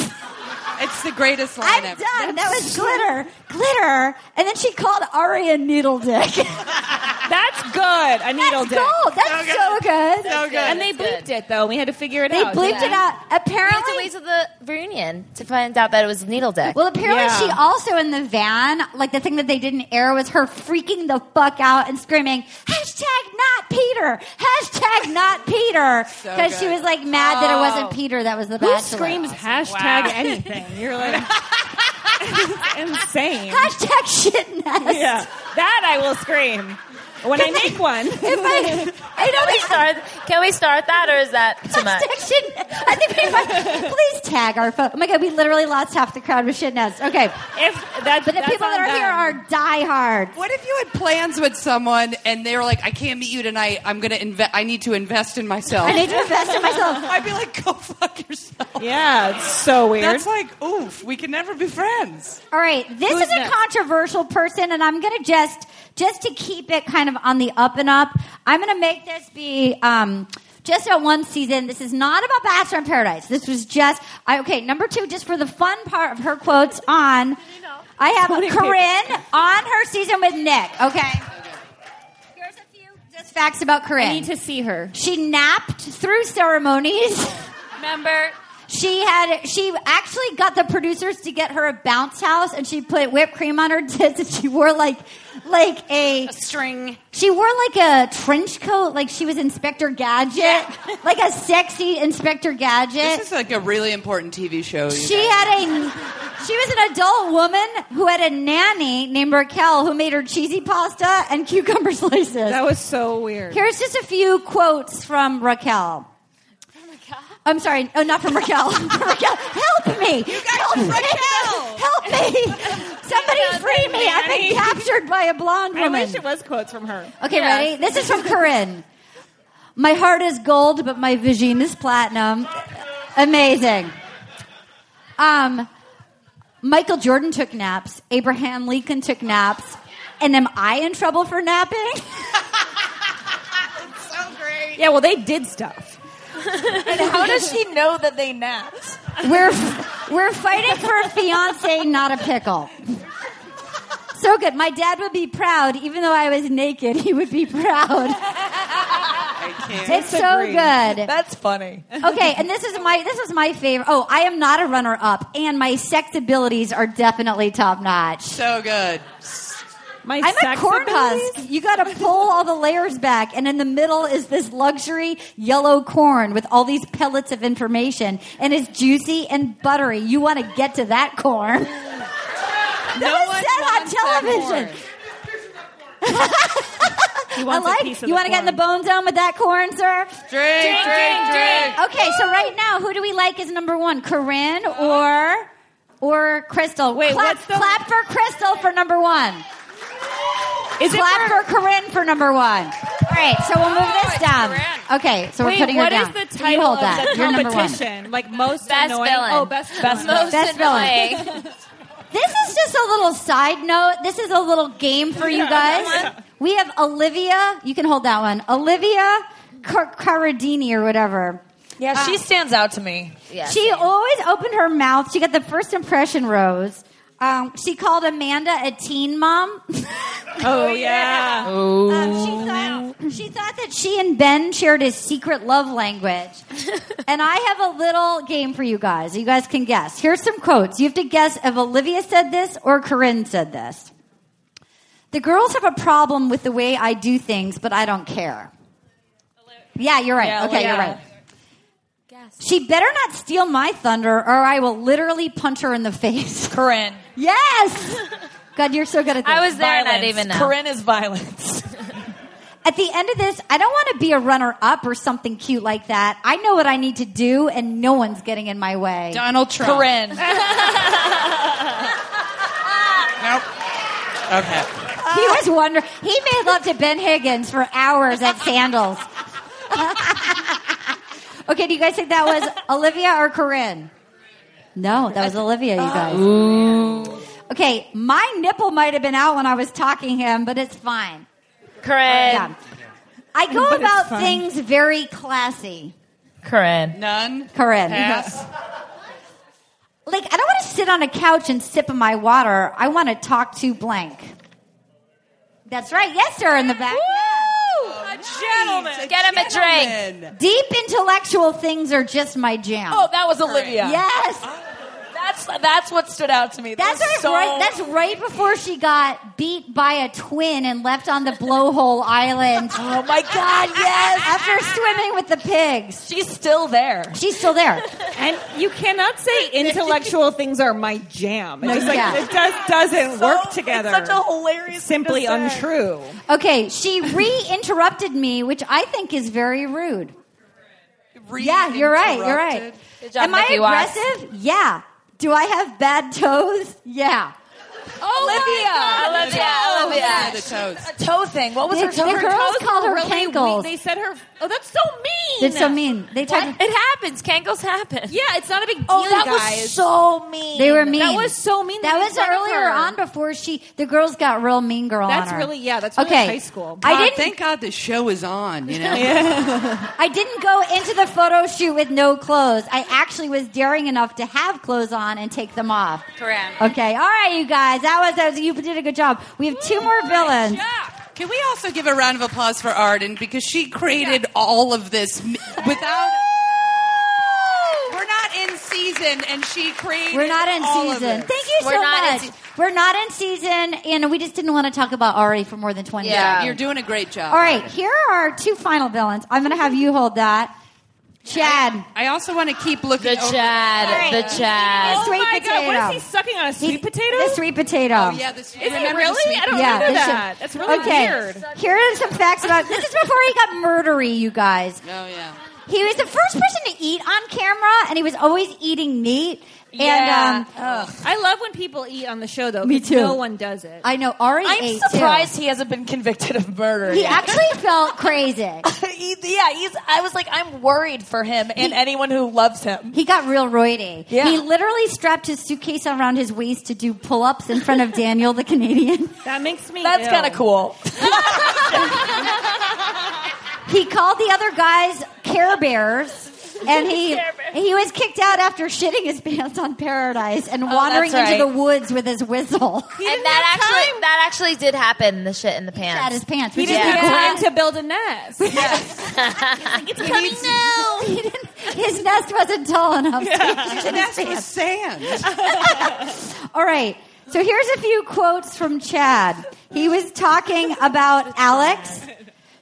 Speaker 4: It's the greatest line
Speaker 3: I'm
Speaker 4: ever.
Speaker 3: done. That was glitter, glitter. And then she called Ari a needle dick.
Speaker 7: That's good. A needle
Speaker 3: That's
Speaker 7: dick.
Speaker 3: gold. That's so good.
Speaker 4: So good.
Speaker 7: And they bleeped it though. and We had to figure it
Speaker 3: They
Speaker 6: Oh,
Speaker 7: out.
Speaker 3: bleeped it out.
Speaker 9: We had to
Speaker 3: Apparently,
Speaker 9: wait till the reunion to find out that it was needle dick.
Speaker 3: well, apparently
Speaker 7: Yeah.
Speaker 3: she also in the van. Like the thing that they didn't air was her freaking the fuck out and screaming hashtag not Peter, hashtag not Peter, because she
Speaker 4: good.
Speaker 3: was like mad that it wasn't Peter that was the
Speaker 7: Who
Speaker 3: bachelor.
Speaker 7: screams hashtag anything? You're like insane.
Speaker 3: hashtag shit nest?
Speaker 7: yeah, that I will scream when I make one.
Speaker 3: If I, I
Speaker 9: Can we
Speaker 3: don't.
Speaker 9: start? Can we start that, or is that too much?
Speaker 3: Hashtag shit nest. I think we might. Please tag our phone. Oh my god, we literally lost half the crowd with shit nets. Okay,
Speaker 7: if that's,
Speaker 3: but the
Speaker 4: that's
Speaker 3: people that
Speaker 4: on
Speaker 3: are here
Speaker 4: them.
Speaker 3: are diehards.
Speaker 4: What if you had plans with someone and they were like, "I can't meet you tonight. I'm gonna invest. I need to invest in myself.
Speaker 3: I need to invest in myself.
Speaker 4: I'd be like, "Go fuck yourself."
Speaker 7: Yeah, it's so weird.
Speaker 4: That's like, oof. We can never be friends.
Speaker 3: All right, this
Speaker 4: Who's
Speaker 3: is a
Speaker 4: next?
Speaker 3: controversial person, and I'm gonna just just to keep it kind of on the up and up. I'm gonna make this be um, just at one season. This is not about Bachelor in Paradise. This was just I, okay. Number two, just for the fun part of her quotes on. I have
Speaker 8: Tony
Speaker 3: Corinne on her season with Nick. Okay. Here's a few just facts about Corinne. I need to
Speaker 7: see her.
Speaker 3: She napped through ceremonies.
Speaker 7: Remember?
Speaker 3: She had she actually got the producers to get her a bounce house and she put whipped cream on her tits and she wore like like a,
Speaker 5: string.
Speaker 3: She wore like a trench coat like she was Inspector Gadget. Like a sexy Inspector Gadget.
Speaker 4: This is like a really important TV show. you
Speaker 3: She
Speaker 4: guys.
Speaker 3: had a she was an adult woman who had a nanny named Raquel who made her cheesy pasta and cucumber slices. That
Speaker 7: was so weird.
Speaker 3: Here's just a few quotes from Raquel. I'm sorry. Oh, not from Raquel. From Raquel, help me! You guys, help Me. Help me! Somebody free me! I've been
Speaker 7: nanny.
Speaker 3: captured by a blonde
Speaker 7: I
Speaker 3: woman.
Speaker 7: wish it was quotes from her.
Speaker 3: Okay, ready? This is from Corinne. My heart is gold, but my vision is platinum. Amazing. Um, Michael Jordan took naps. Abraham Lincoln took naps. And am I in trouble for napping?
Speaker 7: Yeah, well, they did stuff.
Speaker 6: and how does she know that they napped?
Speaker 3: We're we're fighting for a fiance, not a pickle. So good. My dad would be proud, even though I was naked. He would be proud. It's so
Speaker 6: Disagree.
Speaker 3: good.
Speaker 6: That's funny.
Speaker 3: okay, and this is my this is my favorite. Oh, I am not a runner up, and my sex abilities are definitely top notch.
Speaker 4: So good.
Speaker 7: My
Speaker 3: I'm
Speaker 7: sex
Speaker 3: a corn
Speaker 7: abilities?
Speaker 3: husk. You got to pull all the layers back, and in the middle is this luxury yellow corn with all these pellets of information, and it's juicy and buttery. You want to get to that corn? that
Speaker 8: No
Speaker 3: was
Speaker 8: one wants
Speaker 3: said
Speaker 8: that
Speaker 3: on television. I
Speaker 8: wants a
Speaker 3: like.
Speaker 8: piece of
Speaker 3: you
Speaker 8: the
Speaker 3: want to get in the bone zone with that corn, sir?
Speaker 4: Drink, drink, drink.
Speaker 3: Okay, so right now, who do we like as number one, Corinne or or Crystal? Wait, clap, clap for Crystal for number one. Is clap for, Corinne for number one. All right, so we'll move this down. Okay, so we're
Speaker 7: Wait,
Speaker 3: putting her
Speaker 7: what
Speaker 3: down.
Speaker 7: is the
Speaker 3: You
Speaker 7: title
Speaker 3: hold
Speaker 7: of
Speaker 3: that.
Speaker 7: the
Speaker 3: You're number one.
Speaker 7: competition? Like most
Speaker 9: Best
Speaker 7: annoying.
Speaker 9: villain.
Speaker 7: Oh, best,
Speaker 9: Best
Speaker 7: villain.
Speaker 3: Best villain. This is just a little side note. This is a little game for you guys. We have Olivia. You can hold that one. Olivia Car- Caradini or whatever.
Speaker 6: Yeah, she
Speaker 7: Ah.
Speaker 6: stands out to me. Yeah,
Speaker 3: she always opened her mouth. She got the first impression rose. Um, she called Amanda a teen mom.
Speaker 7: Oh yeah.
Speaker 3: Um, she, thought, she thought that she and Ben shared his secret love language. and I have a little game for you guys. You guys can guess. Here's some quotes. You have to guess if Olivia said this or Corinne said this. The girls have a problem with the way I do things, but I don't care. Yeah, you're right.
Speaker 8: Yeah,
Speaker 3: okay,
Speaker 8: Olivia.
Speaker 3: you're right. She better not steal my thunder, or I will literally punch her in the face.
Speaker 6: Corinne.
Speaker 3: Yes. God, you're so good at this.
Speaker 9: I was there and I didn't even know.
Speaker 6: Corinne is violence.
Speaker 3: At the end of this, I don't want to be a runner up or something cute like that. I know what I need to do, and no one's getting in my way.
Speaker 4: Donald Trump.
Speaker 6: Corinne.
Speaker 4: Nope. Okay.
Speaker 3: he was wonder. He made love to Ben Higgins for hours at Sandals. okay, do you guys think that was Olivia or Corinne? No, that was Olivia, you guys. Okay, my nipple might have been out when I was talking him, but it's fine.
Speaker 9: Corinne.
Speaker 3: Yeah. I go
Speaker 9: But it's
Speaker 3: about
Speaker 9: fine.
Speaker 3: things very classy.
Speaker 9: Corinne.
Speaker 4: None.
Speaker 3: Corinne.
Speaker 4: Pass.
Speaker 3: Like, I don't want to sit on a couch and sip of my water. I want to talk to blank. That's right. Yes, sir, in the back.
Speaker 6: A
Speaker 9: gentleman. Get him a drink.
Speaker 3: Deep intellectual things are just my jam.
Speaker 6: Oh, that was Olivia.
Speaker 3: Yes.
Speaker 6: That's that's what stood out to me.
Speaker 3: That's right,
Speaker 6: so...
Speaker 3: right. That's right before she got beat by a twin and left on the blowhole island.
Speaker 6: Oh my God! Yes.
Speaker 3: After swimming with the pigs,
Speaker 6: she's still there.
Speaker 3: She's still there.
Speaker 7: And you cannot say intellectual things are my jam. It's
Speaker 3: No,
Speaker 7: just like,
Speaker 3: yeah.
Speaker 7: It just doesn't work together.
Speaker 6: such a hilarious
Speaker 7: Simply
Speaker 6: thing to say.
Speaker 7: untrue.
Speaker 3: Okay, she re-interrupted me, which I think is very rude. Yeah, you're right. You're right.
Speaker 4: Reinterrupted. Good job,
Speaker 3: Am I
Speaker 4: Nikki Watts.
Speaker 3: aggressive? Yeah. Do I have bad toes? Yeah.
Speaker 6: Olivia, Olivia,
Speaker 4: Yeah, the
Speaker 6: Olivia. A toe thing. What was
Speaker 3: The-
Speaker 6: her? toe-
Speaker 3: the
Speaker 6: her
Speaker 3: girls
Speaker 6: toes
Speaker 3: called
Speaker 6: were
Speaker 3: her
Speaker 6: really weak.
Speaker 3: cankles.
Speaker 6: They said her. Oh, that's so mean.
Speaker 3: That's so mean. They talk-
Speaker 6: It happens. Cankles happen. Yeah, it's not a big deal.
Speaker 3: Oh, that was
Speaker 6: so mean.
Speaker 3: They were mean.
Speaker 6: That was so mean.
Speaker 3: That
Speaker 6: They
Speaker 3: was
Speaker 6: made fun of
Speaker 3: earlier
Speaker 6: her.
Speaker 3: on before she the girls got real mean girl.
Speaker 6: That's
Speaker 3: on her.
Speaker 6: really- yeah, that's
Speaker 4: really
Speaker 3: okay.
Speaker 4: high school.
Speaker 3: I
Speaker 4: God,
Speaker 3: didn't.
Speaker 4: thank God the show is on. You know.
Speaker 3: I didn't go into the photo shoot with no clothes. I actually was daring enough to have clothes on and take them off.
Speaker 5: Correct.
Speaker 3: Okay. All right, you guys. That was, that was you did a good job. We have two more villains.
Speaker 4: Can we also give a round of applause for Arden because she created all of this m- without. We're not in season, and she created.
Speaker 3: We're not in
Speaker 4: all of
Speaker 3: season.
Speaker 4: this.
Speaker 3: Thank you
Speaker 4: We're
Speaker 3: so
Speaker 4: not in
Speaker 3: much.
Speaker 4: se-
Speaker 3: We're not in season, and we just didn't want to talk about Ari for more than twenty.
Speaker 4: yeah,
Speaker 3: minutes.
Speaker 4: you're doing a great job.
Speaker 3: All right, here are our two final villains. I'm going to have you hold that. Chad.
Speaker 4: I also want to keep looking. The
Speaker 9: Chad,
Speaker 3: Sorry. the Chad.
Speaker 7: Oh
Speaker 3: Sweet
Speaker 7: my god,
Speaker 3: potato.
Speaker 7: what is he sucking on a sweet potato?
Speaker 3: The sweet potato.
Speaker 7: Oh, yeah, the sweet- Is he remember the really? sweet I don't potato. remember
Speaker 3: this-
Speaker 7: that. That's really
Speaker 3: okay.
Speaker 7: weird.
Speaker 3: Here are some facts about this is before he got murdery, you guys.
Speaker 4: Oh yeah.
Speaker 3: He was the first person to eat on camera, and he was always eating meat. And
Speaker 7: yeah.
Speaker 3: um,
Speaker 7: Ugh. I love when people eat on the show though.
Speaker 3: Me
Speaker 7: 'cause
Speaker 3: too.
Speaker 7: No one does it.
Speaker 3: I know Ari
Speaker 7: I'm
Speaker 3: ate
Speaker 7: surprised
Speaker 3: too.
Speaker 6: He hasn't been convicted of murder.
Speaker 3: He
Speaker 6: yet.
Speaker 3: actually felt crazy.
Speaker 6: He- yeah, he's. I was like, I'm worried for him and anyone who loves him.
Speaker 3: He got real roidy.
Speaker 6: Yeah.
Speaker 3: He literally strapped his suitcase around his waist to do pull ups in front of Daniel, the Canadian.
Speaker 7: That makes me.
Speaker 6: That's kind of cool.
Speaker 3: He called the other guys Care Bears. And he
Speaker 6: Care Bears.
Speaker 3: he was kicked out after shitting his pants on Paradise and
Speaker 9: Oh, that's
Speaker 3: wandering
Speaker 9: right.
Speaker 3: into the woods with his whistle.
Speaker 9: and that actually that actually did happen. The shit in the pants.
Speaker 3: At his pants.
Speaker 9: He
Speaker 3: which is
Speaker 9: didn't
Speaker 3: cool.
Speaker 9: have
Speaker 7: to build a nest.
Speaker 9: it's
Speaker 3: coming now. He didn't, his nest wasn't tall enough. to
Speaker 4: Yeah.
Speaker 3: shit
Speaker 4: Nest
Speaker 3: his
Speaker 4: was
Speaker 3: pants.
Speaker 4: sand.
Speaker 3: All right. So here's a few quotes from Chad. He was talking about Alex.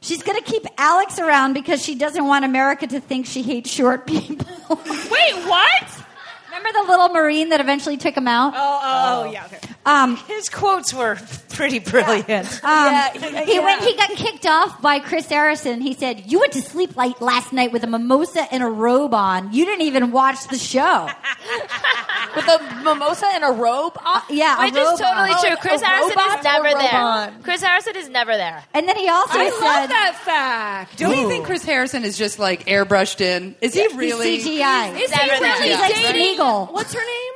Speaker 3: She's going to keep Alex around because she doesn't want America to think she hates short people.
Speaker 7: Wait, what?
Speaker 3: Remember the little Marine that eventually took him out?
Speaker 7: Oh, oh, oh, yeah. Okay.
Speaker 3: Um,
Speaker 5: His quotes were pretty brilliant.
Speaker 3: Um, he, When he got kicked off by Chris Harrison, he said, You went to sleep late last night with a mimosa and a robe on. You didn't even watch the show.
Speaker 6: With a mimosa and a robe on?
Speaker 3: yeah, a
Speaker 9: Which is
Speaker 3: robe
Speaker 9: totally
Speaker 3: on.
Speaker 9: true. Chris
Speaker 6: a
Speaker 9: Harrison
Speaker 6: robot
Speaker 9: is never
Speaker 6: or
Speaker 9: there.
Speaker 6: robot?
Speaker 9: Chris Harrison is never there.
Speaker 3: And then he also
Speaker 4: I
Speaker 3: said,
Speaker 4: love
Speaker 7: that fact.
Speaker 4: Don't you think Chris Harrison is just like airbrushed in? Is he really?
Speaker 3: He's CGI.
Speaker 7: Is he really
Speaker 4: He's like
Speaker 7: dating?
Speaker 3: Smeagol.
Speaker 7: What's her name?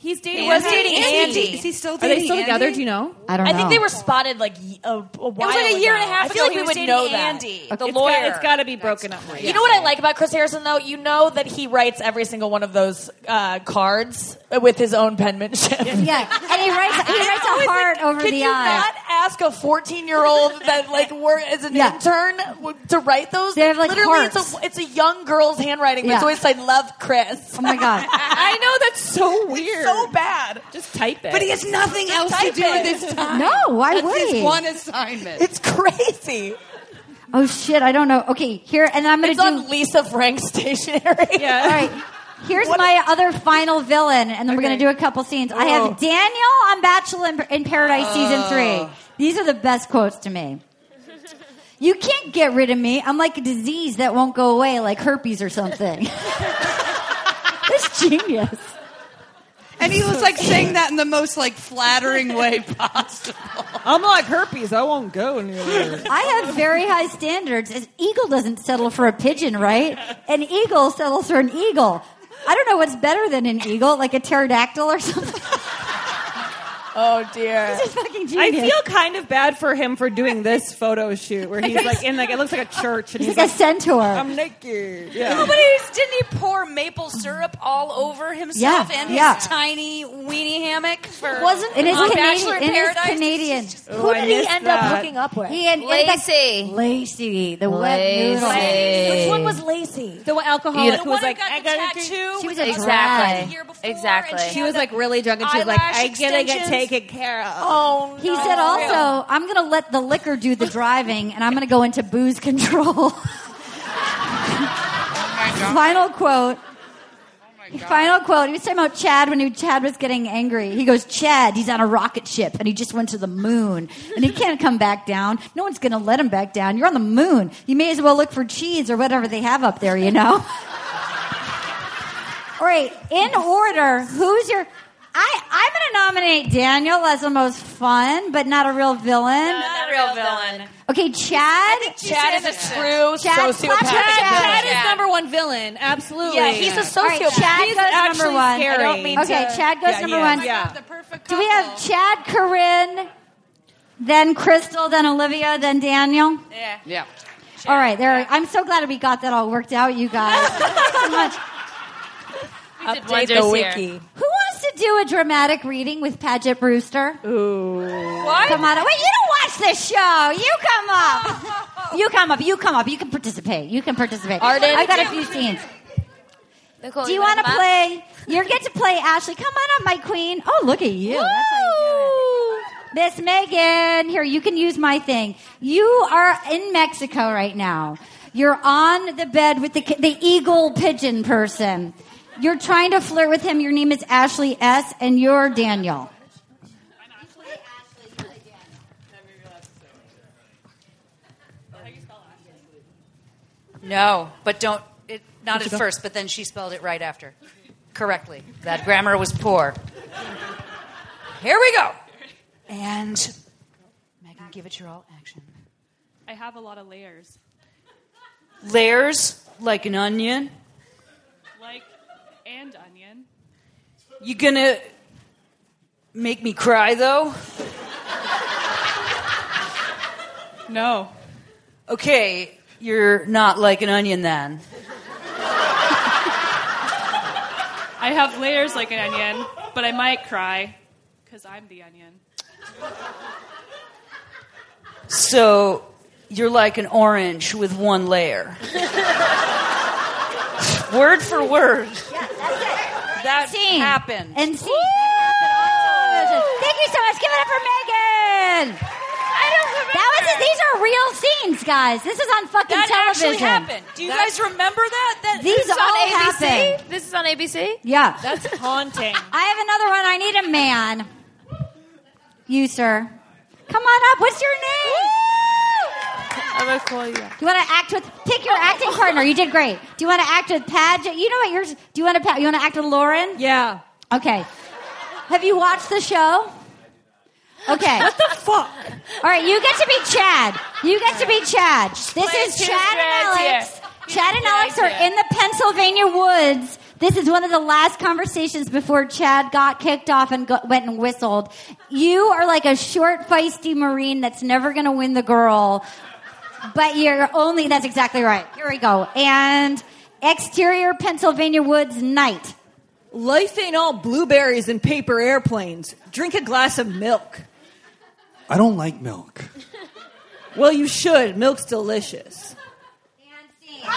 Speaker 7: He's dating.
Speaker 6: He was dating Andy.
Speaker 4: Is he still
Speaker 7: Are
Speaker 4: dating?
Speaker 7: they still together?
Speaker 4: Andy?
Speaker 7: Do you know?
Speaker 3: I don't
Speaker 6: I
Speaker 3: know.
Speaker 6: think they were spotted like y- a, a while
Speaker 5: It was like a year
Speaker 6: ago.
Speaker 5: and a half
Speaker 6: I
Speaker 5: ago.
Speaker 6: feel like
Speaker 5: he
Speaker 6: we
Speaker 5: was
Speaker 6: would
Speaker 5: dating
Speaker 6: know that.
Speaker 5: Andy, the
Speaker 7: It's got-
Speaker 5: lawyer.
Speaker 7: it's got to be broken up.
Speaker 6: You know what I like about Chris Harrison though? You know that he writes every single one of those uh, cards with his own penmanship.
Speaker 3: Yeah, and he writes, he writes a heart over
Speaker 6: Could
Speaker 3: the
Speaker 6: you
Speaker 3: eye.
Speaker 6: not ask a 14 year old that like were as an
Speaker 3: Yeah.
Speaker 6: intern w- to write those?
Speaker 3: They have, like,
Speaker 6: Literally,
Speaker 3: hearts.
Speaker 6: it's a it's a young girl's handwriting.
Speaker 3: Yeah.
Speaker 6: That's always like love, Chris.
Speaker 3: Oh my god!
Speaker 7: I know that's so weird.
Speaker 6: so bad.
Speaker 7: Just type it.
Speaker 4: But he has nothing else to
Speaker 6: type
Speaker 4: do with
Speaker 6: it.
Speaker 4: his time.
Speaker 3: No, why
Speaker 4: That's
Speaker 3: would
Speaker 4: his
Speaker 3: he?
Speaker 4: one assignment.
Speaker 6: It's crazy.
Speaker 3: Oh shit! I don't know. Okay, here and I'm gonna
Speaker 6: It's on
Speaker 3: do.
Speaker 6: Lisa Frank stationery.
Speaker 7: Yeah.
Speaker 3: All right, here's my other final villain, and then we're gonna do a couple scenes. I have Daniel on Bachelor in, in Paradise season three. These are the best quotes to me. You can't get rid of me. I'm like a disease that won't go away, like herpes or something. That's genius.
Speaker 4: And he was like saying that in the most like flattering way possible.
Speaker 7: I'm like herpes. I won't go anywhere.
Speaker 3: I have very high standards. An eagle doesn't settle for a pigeon, right? An eagle settles for an eagle. I don't know what's better than an eagle, like a pterodactyl or something.
Speaker 6: Oh dear.
Speaker 3: It's fucking
Speaker 7: I
Speaker 3: genius.
Speaker 7: feel kind of bad for him for doing this photo shoot where he's like in like it looks like a church and
Speaker 3: He's
Speaker 7: he's
Speaker 3: like a
Speaker 7: like
Speaker 3: centaur.
Speaker 7: I'm naked.
Speaker 5: No,
Speaker 6: Oh,
Speaker 7: Yeah.
Speaker 5: but he's, didn't he pour maple syrup all over himself
Speaker 3: Yeah,
Speaker 5: and his
Speaker 3: yeah.
Speaker 5: tiny weenie hammock for
Speaker 3: Wasn't it is
Speaker 5: on
Speaker 3: Canadian?
Speaker 5: Bachelor in
Speaker 3: It is
Speaker 5: Paradise?
Speaker 3: Canadian.
Speaker 7: Ooh, Oh, I missed that.
Speaker 6: up with?
Speaker 3: He and, and it's like-
Speaker 9: Lacey.
Speaker 3: Lacey, the wet
Speaker 9: Lacey.
Speaker 3: noodle.
Speaker 9: Lacey.
Speaker 6: Which one was Lacey?
Speaker 7: The alcoholic who
Speaker 6: Oh
Speaker 9: You know-
Speaker 5: The
Speaker 7: was
Speaker 5: one
Speaker 7: like,
Speaker 5: who got
Speaker 7: I
Speaker 5: the
Speaker 7: got
Speaker 5: tattoo.
Speaker 3: She was
Speaker 5: with
Speaker 3: a
Speaker 5: the
Speaker 3: drag.
Speaker 5: the year before,
Speaker 9: Exactly.
Speaker 5: and
Speaker 9: She
Speaker 5: had
Speaker 7: was
Speaker 5: the
Speaker 7: like really drunk and she was like,
Speaker 5: eyelash
Speaker 7: I gotta get
Speaker 5: extensions.
Speaker 7: taken care of.
Speaker 6: Oh
Speaker 3: He said also, I'm going to let the liquor do the driving and I'm going to go into booze control. Final quote. Final quote. He was talking about Chad when he, Chad was getting angry. He goes, Chad, he's on a rocket ship and he just went to the moon and he can't come back down. No one's going to let him back down. You're on the moon. You may as well look for cheese or whatever they have up there, you know? All right, in order, who's your. I, I'm going to nominate Daniel as the most fun, but not a real villain.
Speaker 9: Not a real villain.
Speaker 3: Okay, Chad.
Speaker 6: Chad is a true
Speaker 3: Chad,
Speaker 6: sociopath.
Speaker 3: clap for Chad.
Speaker 7: Chad is number one villain. Absolutely.
Speaker 6: Yeah, he's a
Speaker 3: All right,
Speaker 6: sociopath.
Speaker 3: Chad
Speaker 6: He's
Speaker 3: goes number
Speaker 6: actually
Speaker 3: one.
Speaker 6: scary. I don't mean
Speaker 3: okay,
Speaker 6: to-
Speaker 3: Chad goes
Speaker 6: Yeah,
Speaker 3: number
Speaker 6: yeah.
Speaker 3: one.
Speaker 6: Yeah.
Speaker 3: Do we have Chad, Corinne, then Crystal, then Olivia, then Daniel?
Speaker 4: Yeah. Yeah.
Speaker 3: All right, there. I'm so glad we got that all worked out, you guys. Thanks so much.
Speaker 9: Update the wiki.
Speaker 3: Who wants to do a dramatic reading with Paget Brewster? Ooh.
Speaker 9: What?
Speaker 3: Come on. up. Wait, you don't watch this show. You come up. You come up. You come up. You can participate. You can participate.
Speaker 11: Arden.
Speaker 3: I've got a few scenes.
Speaker 9: Nicole,
Speaker 3: Do you
Speaker 9: wanna
Speaker 3: want to
Speaker 9: come up?
Speaker 3: play? You get to play Ashley. Come on up, my queen. Oh, look at you. That's how you do it. Miss Megan, here, you can use my thing. You are in Mexico right now. You're on the bed with the, ki- the eagle pigeon person. You're trying to flirt with him. Your name is Ashley S., and you're Daniel.
Speaker 5: No, but don't. It, not
Speaker 9: Did
Speaker 5: at
Speaker 9: you go?
Speaker 5: first, but then she spelled it right after, correctly. That grammar was poor. Here we go. And Megan, give it your all. Action.
Speaker 10: I have a lot of layers.
Speaker 5: Layers like an onion.
Speaker 10: Like, and onion.
Speaker 5: You gonna make me cry though?
Speaker 10: No.
Speaker 5: Okay, you're not like an onion then.
Speaker 10: I have layers like an onion, but I might cry because I'm the onion.
Speaker 5: So you're like an orange with one layer. word for word. That happened.
Speaker 3: And see, thank you so much. Give it up for Megan. I don't remember. That was these are real scenes, guys. This is on fucking
Speaker 9: That
Speaker 3: television.
Speaker 9: actually happened. Do you guys
Speaker 5: remember that? that
Speaker 3: These
Speaker 9: this is
Speaker 3: all
Speaker 9: on ABC?
Speaker 3: happened.
Speaker 9: This is on ABC.
Speaker 3: Yeah.
Speaker 9: That's haunting.
Speaker 3: I have another one. I need a man. You, sir. Come on up. What's your name? You want to act with? Pick your acting partner. You did great. Do you want to act with Paget? You know what? Yours. Do you want to? pa- You want to act with Lauren?
Speaker 7: Yeah.
Speaker 3: Okay. Have you watched the show? Okay. What
Speaker 7: the fuck?
Speaker 3: All right, you get to be Chad. You get to be Chad. This is
Speaker 11: two
Speaker 3: Chad
Speaker 11: strands
Speaker 3: and
Speaker 11: here.
Speaker 3: Alex. Chad and Alex are in the Pennsylvania woods. This is one of the last conversations before Chad got kicked off and go- went and whistled. You are like a short, feisty Marine that's never going to win the girl, but you're only, that's exactly right. Here we go. And exterior Pennsylvania woods night.
Speaker 12: Life ain't all blueberries and paper airplanes. Drink a glass of milk.
Speaker 13: I don't like milk.
Speaker 12: Well, you should. Milk's delicious.
Speaker 3: Thank you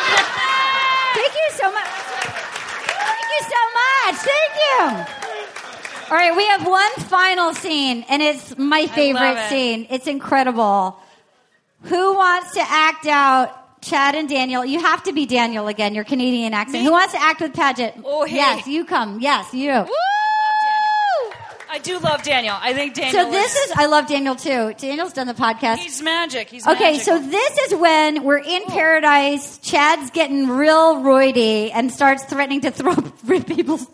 Speaker 3: so much. Thank you so much. Thank you. All right, we have one final scene, and it's my favorite
Speaker 11: it.
Speaker 3: scene. It's incredible. Who wants to act out Chad and Daniel? You have to be Daniel again, your Canadian accent. Who wants to act with Paget?
Speaker 5: Oh, hey.
Speaker 3: Yes, you come. Yes, you.
Speaker 5: I do love Daniel. I think Daniel.
Speaker 3: So this is I love Daniel too. Daniel's done the podcast.
Speaker 5: He's magic. He's
Speaker 3: Okay, so
Speaker 5: magical.
Speaker 3: this is when we're in paradise. Chad's getting real roidy and starts threatening to throw rip people's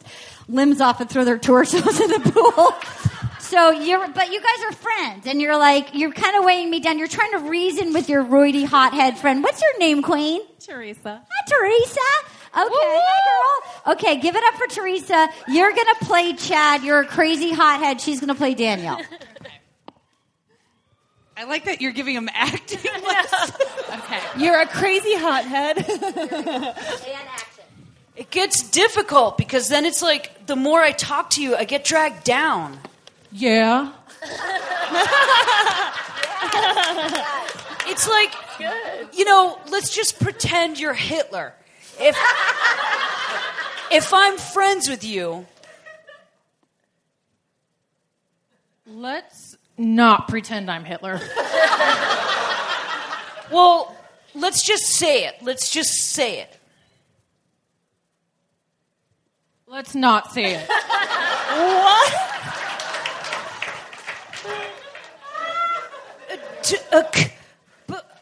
Speaker 3: limbs off and throw their torsos in the pool. So you're, but you guys are friends, and you're like, you're kind of weighing me down. You're trying to reason with your roidy hothead friend. What's your name, Queen?
Speaker 10: Teresa.
Speaker 3: Hi, Teresa. Okay, hi, girl. Okay, give it up for Teresa. You're gonna play Chad. You're a crazy hothead. She's gonna play Daniel.
Speaker 4: I like that you're giving him acting lessons. okay.
Speaker 7: You're a crazy hothead.
Speaker 5: It gets difficult because then it's like the more I talk to you, I get dragged down.
Speaker 6: Yeah.
Speaker 5: It's like, you know, let's just pretend you're Hitler. If if I'm friends with you,
Speaker 7: Let's not pretend I'm Hitler.
Speaker 5: well, let's just say it. Let's just say it.
Speaker 10: Let's not say it.
Speaker 5: What?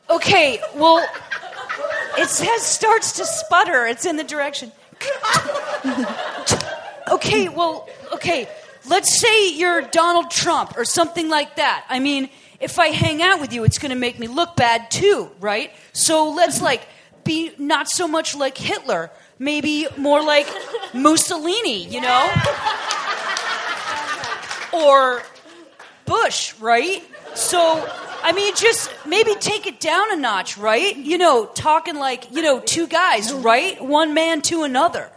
Speaker 5: okay, well, it says starts to sputter. It's in the direction. okay, well, okay, let's say you're Donald Trump or something like that. I mean, if I hang out with you, it's going to make me look bad too, right? So let's like be not so much like Hitler, maybe more like Mussolini, you know? Or Bush, right? So, I mean, just maybe take it down a notch, right? You know, talking like, you know, two guys, right? One man to another.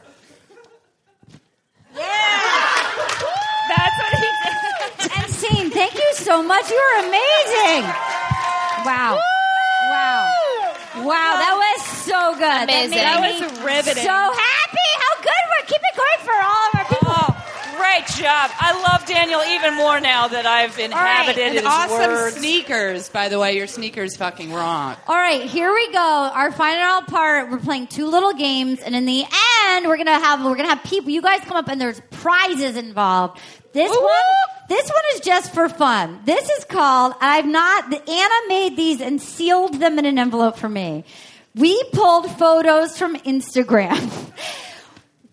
Speaker 3: That's what he did. And scene, thank you so much. You are amazing. Wow. Wow. Wow, that was so good.
Speaker 10: Amazing.
Speaker 3: That, made
Speaker 10: That was
Speaker 3: me
Speaker 10: riveting.
Speaker 3: So happy. How good we're keeping going for all of our people.
Speaker 7: Great job. I love Daniel even more now that I've inhabited
Speaker 4: And
Speaker 7: his
Speaker 4: awesome
Speaker 7: words.
Speaker 4: sneakers, by the way. Your sneakers fucking rock.
Speaker 3: All right, here we go. Our final part. We're playing two little games, and in the end, we're gonna have we're gonna have people. You guys come up, and there's prizes involved. This one, this one is just for fun. This is called. I've not. Anna made these and sealed them in an envelope for me. We pulled photos from Instagram.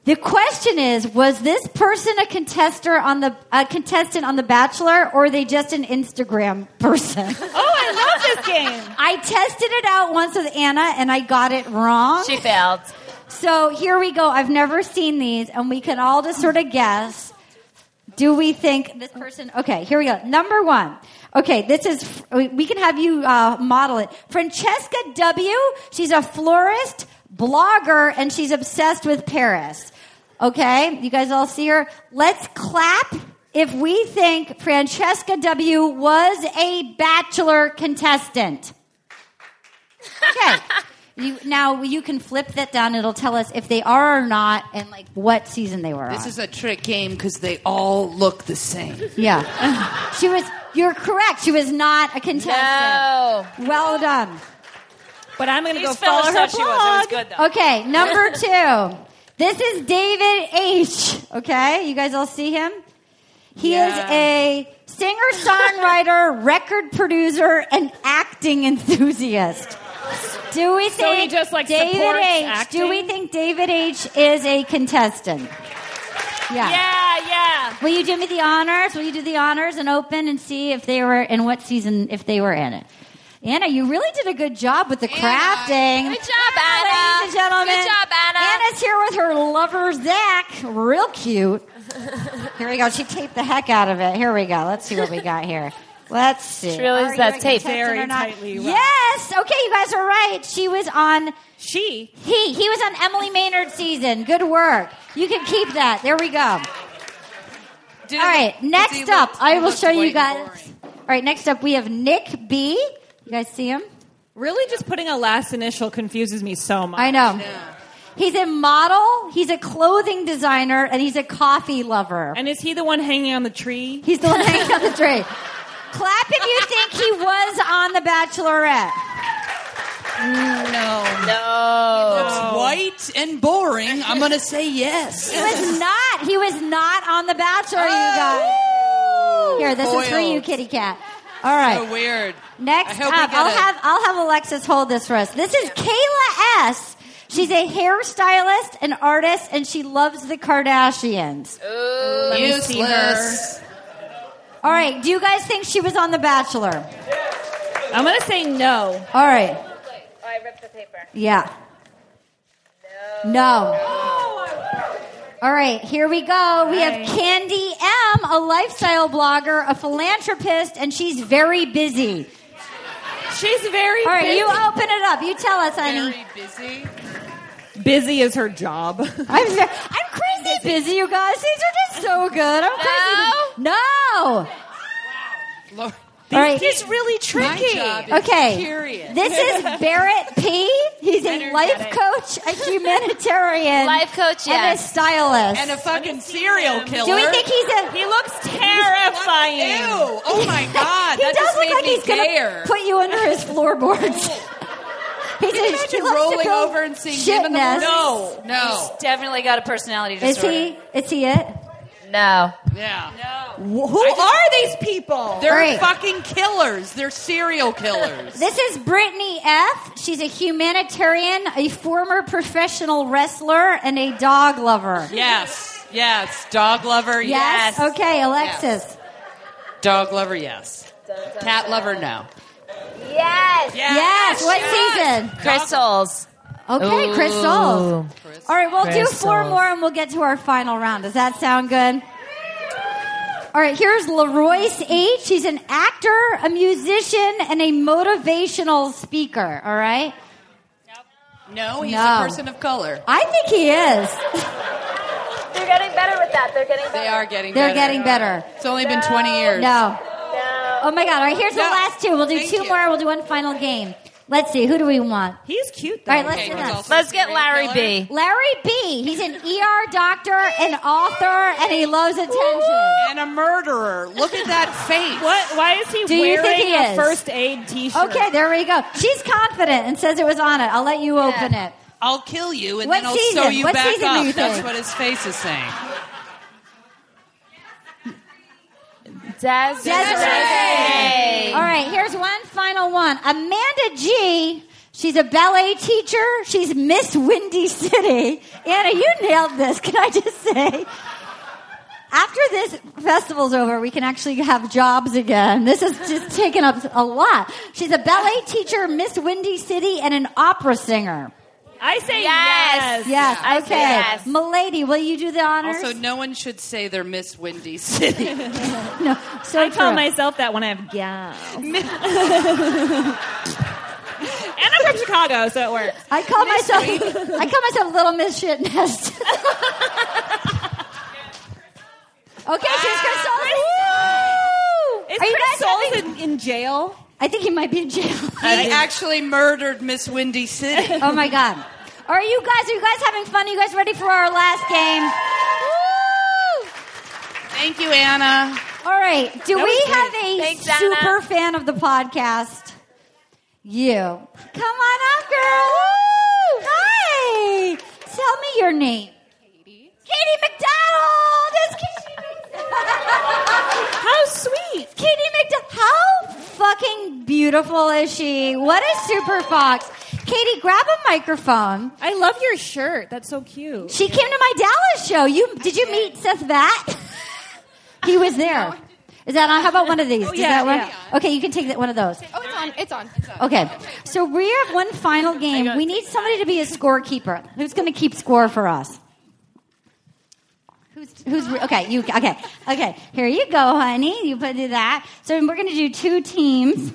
Speaker 3: The question is: Was this person a contester on the a contestant on The Bachelor, or are they just an Instagram person?
Speaker 7: Oh, I love this game.
Speaker 3: I tested it out once with Anna and I got it wrong. She
Speaker 9: failed.
Speaker 3: So here we go. I've never seen these and we can all just sort of guess. Do we think this person? Okay, here we go. Number one. Okay, this is, we can have you uh, model it. Francesca W. She's a florist, blogger, and she's obsessed with Paris. Okay, you guys all see her? Let's clap if we think Francesca W. was a bachelor contestant. Okay. You, now you can flip that down. It'll tell us if they are or not, and like what season they were
Speaker 4: This
Speaker 3: on.
Speaker 4: is a trick game because they all look the same.
Speaker 3: yeah, she was. You're correct. She was not a contestant.
Speaker 9: No.
Speaker 3: Well done.
Speaker 7: But I'm going to
Speaker 3: These
Speaker 7: go
Speaker 3: fellas
Speaker 7: follow her
Speaker 3: thought
Speaker 7: blog.
Speaker 3: she was.
Speaker 7: It was good though.
Speaker 3: Okay, number two. This is David H. Okay, you guys all see him? He is
Speaker 7: Yeah.
Speaker 3: a singer songwriter, record producer, and acting enthusiast. Do we
Speaker 10: So
Speaker 3: think
Speaker 10: he just, like,
Speaker 3: David
Speaker 10: supports
Speaker 3: H? Do
Speaker 10: acting?
Speaker 3: we think David H is a contestant? Yeah.
Speaker 7: Yeah, yeah.
Speaker 3: Will you do me the honors? Will you do the honors and open and see if they were in what season if they were in it? Anna, you really did a good job with the crafting.
Speaker 9: Good job, Anna.
Speaker 3: Ladies and gentlemen.
Speaker 9: Good job, Anna.
Speaker 3: Anna's here with her lover, Zach. Real cute. Here we go. She taped the heck out of it. Here we go. Let's see what we got here. Let's see.
Speaker 9: She really
Speaker 3: Are you
Speaker 9: is
Speaker 3: a
Speaker 9: that tape.
Speaker 3: contestant
Speaker 9: Very
Speaker 3: or not?
Speaker 9: tightly wrapped.
Speaker 3: Yes. Okay, you guys are right. She was on.
Speaker 7: She.
Speaker 3: He. He was on Emily Maynard season. Good work. You can keep that. There we go. All right. Next up, I will show you guys. All right. Next up, we have Nick B. You guys see him?
Speaker 7: Really, just putting a last initial confuses me so much.
Speaker 3: I know. He's a model. He's a clothing designer, and he's a coffee lover.
Speaker 7: And is he the one hanging on the tree?
Speaker 3: He's the one hanging on the tree. Clap if you think he was on The Bachelorette.
Speaker 4: No.
Speaker 9: No.
Speaker 4: He
Speaker 3: Oh.
Speaker 4: looks white and boring. I'm going to say yes.
Speaker 3: He was not. He was not on The Bachelor, you guys. Here, this is for you,
Speaker 4: Foiled.
Speaker 3: kitty cat. All right.
Speaker 4: So weird. I
Speaker 3: Next
Speaker 4: hope
Speaker 3: up,
Speaker 4: we get
Speaker 3: I'll
Speaker 4: it.
Speaker 3: have I'll have Alexis hold this for us. This is Kayla S. She's a hairstylist, an artist, and she loves the Kardashians.
Speaker 4: Oh.
Speaker 9: Ooh,
Speaker 4: Useless.
Speaker 3: All right, do you guys think she was on The Bachelor?
Speaker 7: I'm going to say no.
Speaker 3: All right,
Speaker 9: Oh, I ripped the paper.
Speaker 3: yeah. No. All right, here we go. We have Candy M, a lifestyle blogger, a philanthropist, and she's very busy.
Speaker 7: She's very
Speaker 3: All right,
Speaker 7: busy.
Speaker 3: you open it up. You tell us, honey.
Speaker 4: busy.
Speaker 7: Busy is her job.
Speaker 3: I'm, ve- I'm crazy busy, you guys. These are just so good. I'm crazy. No.
Speaker 4: Lord.
Speaker 3: All right.
Speaker 4: This is really tricky. My job is
Speaker 3: Okay.
Speaker 4: curious.
Speaker 3: This is Barrett P. He's a life
Speaker 4: Energetic.
Speaker 3: coach, a humanitarian,
Speaker 9: Life coach,
Speaker 3: and a
Speaker 9: yes.
Speaker 3: stylist.
Speaker 4: And a fucking serial killer.
Speaker 3: Do we think he's a?
Speaker 7: he looks terrifying.
Speaker 4: Ew. Oh my God.
Speaker 3: he
Speaker 4: that
Speaker 3: does
Speaker 4: just
Speaker 3: look
Speaker 4: made
Speaker 3: like
Speaker 4: me
Speaker 3: he's
Speaker 4: dare.
Speaker 3: gonna put you under his floorboards. He's
Speaker 4: Can you
Speaker 3: a- he
Speaker 4: imagine
Speaker 3: loves to
Speaker 4: rolling
Speaker 3: go
Speaker 4: over and seeing him in the
Speaker 3: shit-ness.
Speaker 4: morning?
Speaker 3: No.
Speaker 4: no.
Speaker 5: He's definitely got a personality
Speaker 3: Is
Speaker 5: disorder.
Speaker 3: he? Is he it?
Speaker 9: No.
Speaker 4: Yeah.
Speaker 12: No. Who are these people?
Speaker 4: They're
Speaker 3: Right.
Speaker 4: fucking killers. They're serial killers.
Speaker 3: This is Brittany F. She's a humanitarian, a former professional wrestler, and a dog lover.
Speaker 4: Yes. Yes. Dog lover, yes.
Speaker 3: Okay, Alexis.
Speaker 4: Dog lover, yes. Cat lover, no.
Speaker 9: Yes.
Speaker 3: Yes. What season?
Speaker 9: Crystals.
Speaker 3: Okay,
Speaker 9: Ooh.
Speaker 3: Chris Souls. All right, we'll do
Speaker 9: Chris
Speaker 3: four
Speaker 9: Souls.
Speaker 3: more and we'll get to our final round. Does that sound good? All right, here's LaRoyce H. He's an actor, a musician, and a motivational speaker. All right?
Speaker 4: No, he's
Speaker 3: No.
Speaker 4: a person of color.
Speaker 3: I think he is.
Speaker 9: They're getting better with that. They're getting better.
Speaker 4: They are getting
Speaker 3: They're
Speaker 4: better.
Speaker 3: getting better.
Speaker 4: It's only been 20 years.
Speaker 3: No. Oh my God. All right, here's
Speaker 4: No.
Speaker 3: the last two. We'll do
Speaker 4: Thank
Speaker 3: two
Speaker 4: you.
Speaker 3: more. We'll do one final game. Let's see. Who do we want?
Speaker 6: He's cute,
Speaker 3: All right, let's do that.
Speaker 9: Let's get Larry B.
Speaker 3: Larry B. He's an ER doctor, an author, and he loves attention.
Speaker 4: And a murderer. Look at that face.
Speaker 7: What? Why is he
Speaker 3: Do you
Speaker 7: wearing
Speaker 3: think he
Speaker 7: a
Speaker 3: is?
Speaker 7: first aid T-shirt?
Speaker 3: Okay, there we go. She's confident and says it was on it. I'll let you open it.
Speaker 4: I'll kill you and
Speaker 3: What
Speaker 4: then I'll
Speaker 3: season?
Speaker 4: sew you
Speaker 3: What
Speaker 4: back
Speaker 3: season do
Speaker 4: up.
Speaker 3: you
Speaker 4: That's
Speaker 3: think?
Speaker 4: what his face is saying.
Speaker 9: Desiree.
Speaker 3: Desiree. All right, here's one final one. Amanda G. She's a ballet teacher. She's Miss Windy City. Anna, you nailed this. Can I just say? After this festival's over, we can actually have jobs again. This is just taking up a lot. She's a ballet teacher, Miss Windy City, and an opera singer.
Speaker 7: I say
Speaker 9: Yes.
Speaker 7: yes.
Speaker 3: Yes,
Speaker 9: I say
Speaker 3: okay.
Speaker 9: yes.
Speaker 3: Milady, will you do the honors?
Speaker 4: Also, no one should say they're Miss Windy City.
Speaker 3: so
Speaker 7: I tell
Speaker 3: true.
Speaker 7: myself that when I have gas. and I'm from Chicago, so it works.
Speaker 3: I call myself I call myself Little Miss Shit Nest. okay, she's Chris Souls.
Speaker 7: Is
Speaker 3: Are you
Speaker 7: Chris
Speaker 3: guys
Speaker 7: Souls
Speaker 3: having-
Speaker 7: in, in jail?
Speaker 3: I think he might be in jail.
Speaker 4: he actually murdered Miss Windy City.
Speaker 3: oh my god. Are you guys are you guys having fun? Are you guys ready for our last game? Woo!
Speaker 4: Thank you, Anna.
Speaker 3: All right. Do we
Speaker 9: That was great.
Speaker 3: have a
Speaker 9: Thanks, Anna.
Speaker 3: super fan of the podcast? You. Come on up, girl. Woo! Hi. Tell me your name. Katie McDonald. It's Katie McDonald.
Speaker 7: How sweet.
Speaker 3: Katie McDonald. How fucking beautiful is she? What a super fox. Katie, grab a microphone.
Speaker 7: I love your shirt. That's so cute.
Speaker 3: She came to my Dallas show. You did you meet Seth Vatt? he was there. Is that on? How about one of these? Does
Speaker 7: yeah,
Speaker 3: that one?
Speaker 7: yeah.
Speaker 3: Okay, you can take that one of those.
Speaker 11: Oh, it's on. It's on.
Speaker 3: Okay, so we have one final game. We need somebody to be a scorekeeper. Who's going to keep score for us? Who's, who's okay? You okay? Okay. Here you go, honey. You put do that. So we're going to do two teams.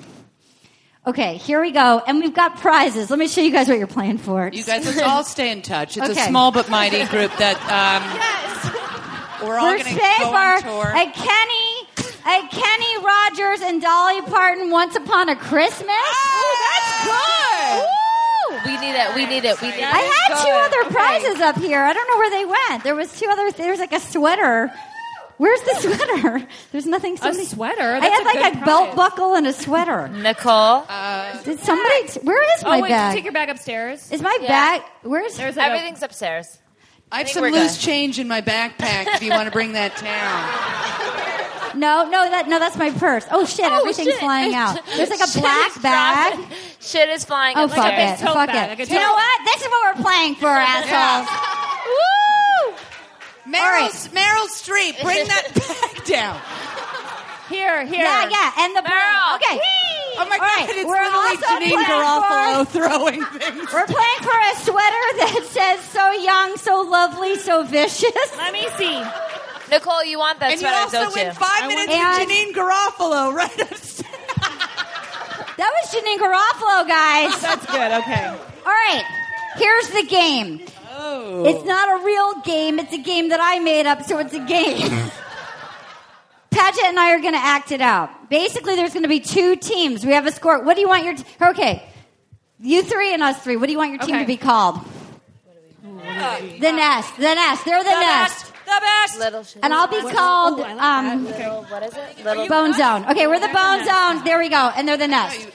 Speaker 3: Okay, here we go, and we've got prizes. Let me show you guys what you're playing for.
Speaker 4: You guys, let's all stay in touch. It's
Speaker 3: Okay.
Speaker 4: a small but mighty group that um, we're all
Speaker 3: We're
Speaker 4: going to
Speaker 3: safe
Speaker 4: go
Speaker 3: are
Speaker 4: on tour.
Speaker 3: a Kenny, a Kenny Rogers and Dolly Parton. Once upon a Christmas. Oh, that's good.
Speaker 9: We need it. We need it. We need it.
Speaker 3: I had two other prizes up here. I don't know where they went. There was two other. There was like a sweater. Where's the sweater? There's nothing.
Speaker 7: A
Speaker 3: somebody-
Speaker 7: sweater.
Speaker 3: I
Speaker 7: That's
Speaker 3: had
Speaker 7: a
Speaker 3: like
Speaker 7: good
Speaker 3: a belt
Speaker 7: prize.
Speaker 3: buckle and a sweater.
Speaker 9: Nicole.
Speaker 3: Did somebody? Where is my
Speaker 7: Oh wait,
Speaker 3: bag?
Speaker 7: take your bag upstairs.
Speaker 3: is my bag? Where's?
Speaker 7: There's like
Speaker 9: Everything's upstairs.
Speaker 4: I have
Speaker 9: think
Speaker 4: some
Speaker 9: we're
Speaker 4: loose
Speaker 9: good.
Speaker 4: change in my backpack if you want to bring that down.
Speaker 3: No, no, that no, that's my purse. Oh shit! everything's
Speaker 9: shit.
Speaker 3: flying out. There's like a
Speaker 9: Shit
Speaker 3: black
Speaker 9: is
Speaker 3: bag.
Speaker 9: dropping. Shit is flying.
Speaker 3: Oh
Speaker 9: It's
Speaker 3: fuck
Speaker 9: like a
Speaker 3: it!
Speaker 9: big
Speaker 7: tote
Speaker 3: Fuck
Speaker 7: bag, like a
Speaker 3: it!
Speaker 7: tote
Speaker 3: You know
Speaker 7: bag.
Speaker 3: what? This is what we're playing for, assholes. Woo!
Speaker 4: Meryl, Meryl Streep, bring that back down.
Speaker 7: Here, here.
Speaker 3: Yeah, yeah, and the ball.
Speaker 9: Meryl.
Speaker 3: Okay.
Speaker 4: Oh my
Speaker 3: All right,
Speaker 4: god, it's
Speaker 3: we're
Speaker 4: literally
Speaker 3: also
Speaker 4: Janine
Speaker 3: playing
Speaker 4: Garofalo throwing things.
Speaker 3: We're playing for a sweater that says "So young, so lovely, so vicious."
Speaker 7: Let me see.
Speaker 9: Nicole, you want that
Speaker 4: And you
Speaker 9: sweater,
Speaker 4: also
Speaker 9: don't
Speaker 4: win
Speaker 9: you?
Speaker 4: five minutes with
Speaker 3: And-
Speaker 4: Janine Garofalo right upstairs.
Speaker 3: That was Janine Garofalo, guys.
Speaker 7: That's good. Okay.
Speaker 3: All right, here's the game.
Speaker 7: Oh.
Speaker 3: It's not a real game. It's a game that I made up, so it's a game. Paget and I are going to act it out. Basically, there's going to be two teams. We have a score. What do you want your t- okay? You three and us three. What do you want your team
Speaker 7: Okay.
Speaker 3: to be called? The nest. The nest. They're the, nest.
Speaker 5: The best.
Speaker 9: Little shit.
Speaker 3: And I'll be
Speaker 7: Oh,
Speaker 3: called um,
Speaker 9: Little- What is it? Little.
Speaker 3: Bone Zone. Okay, we're the Bone Zone. There we go. And they're the nest.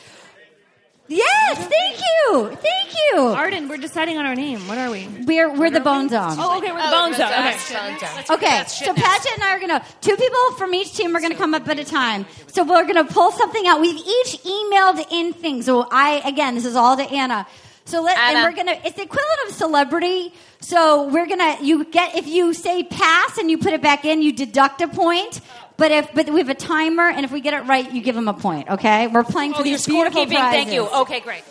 Speaker 3: Yes, thank you, thank you.
Speaker 10: Arden, we're deciding on our name. What are we?
Speaker 3: We're we're the Bone Zone.
Speaker 10: Oh, okay, we're the
Speaker 3: Oh,
Speaker 10: Bone
Speaker 3: the
Speaker 10: Zone.
Speaker 3: Bone
Speaker 10: Okay.
Speaker 3: Zone.
Speaker 10: Let's get
Speaker 3: Okay,
Speaker 10: that shit
Speaker 3: so
Speaker 10: now.
Speaker 3: Paget and I are gonna two people from each team are gonna come up at a time. So we're gonna pull something out. We've each emailed in things. So I again, this is all to Anna. So let and
Speaker 9: Anna.
Speaker 3: we're gonna it's the equivalent of celebrity. So we're gonna you get if you say pass and you put it back in, you deduct a point. But if but we have a timer, and if we get it right, you give them a point. Okay, we're playing for
Speaker 5: Oh, your
Speaker 3: these beautiful
Speaker 5: scorekeeping. Thank you.
Speaker 3: prizes.
Speaker 5: Okay, great.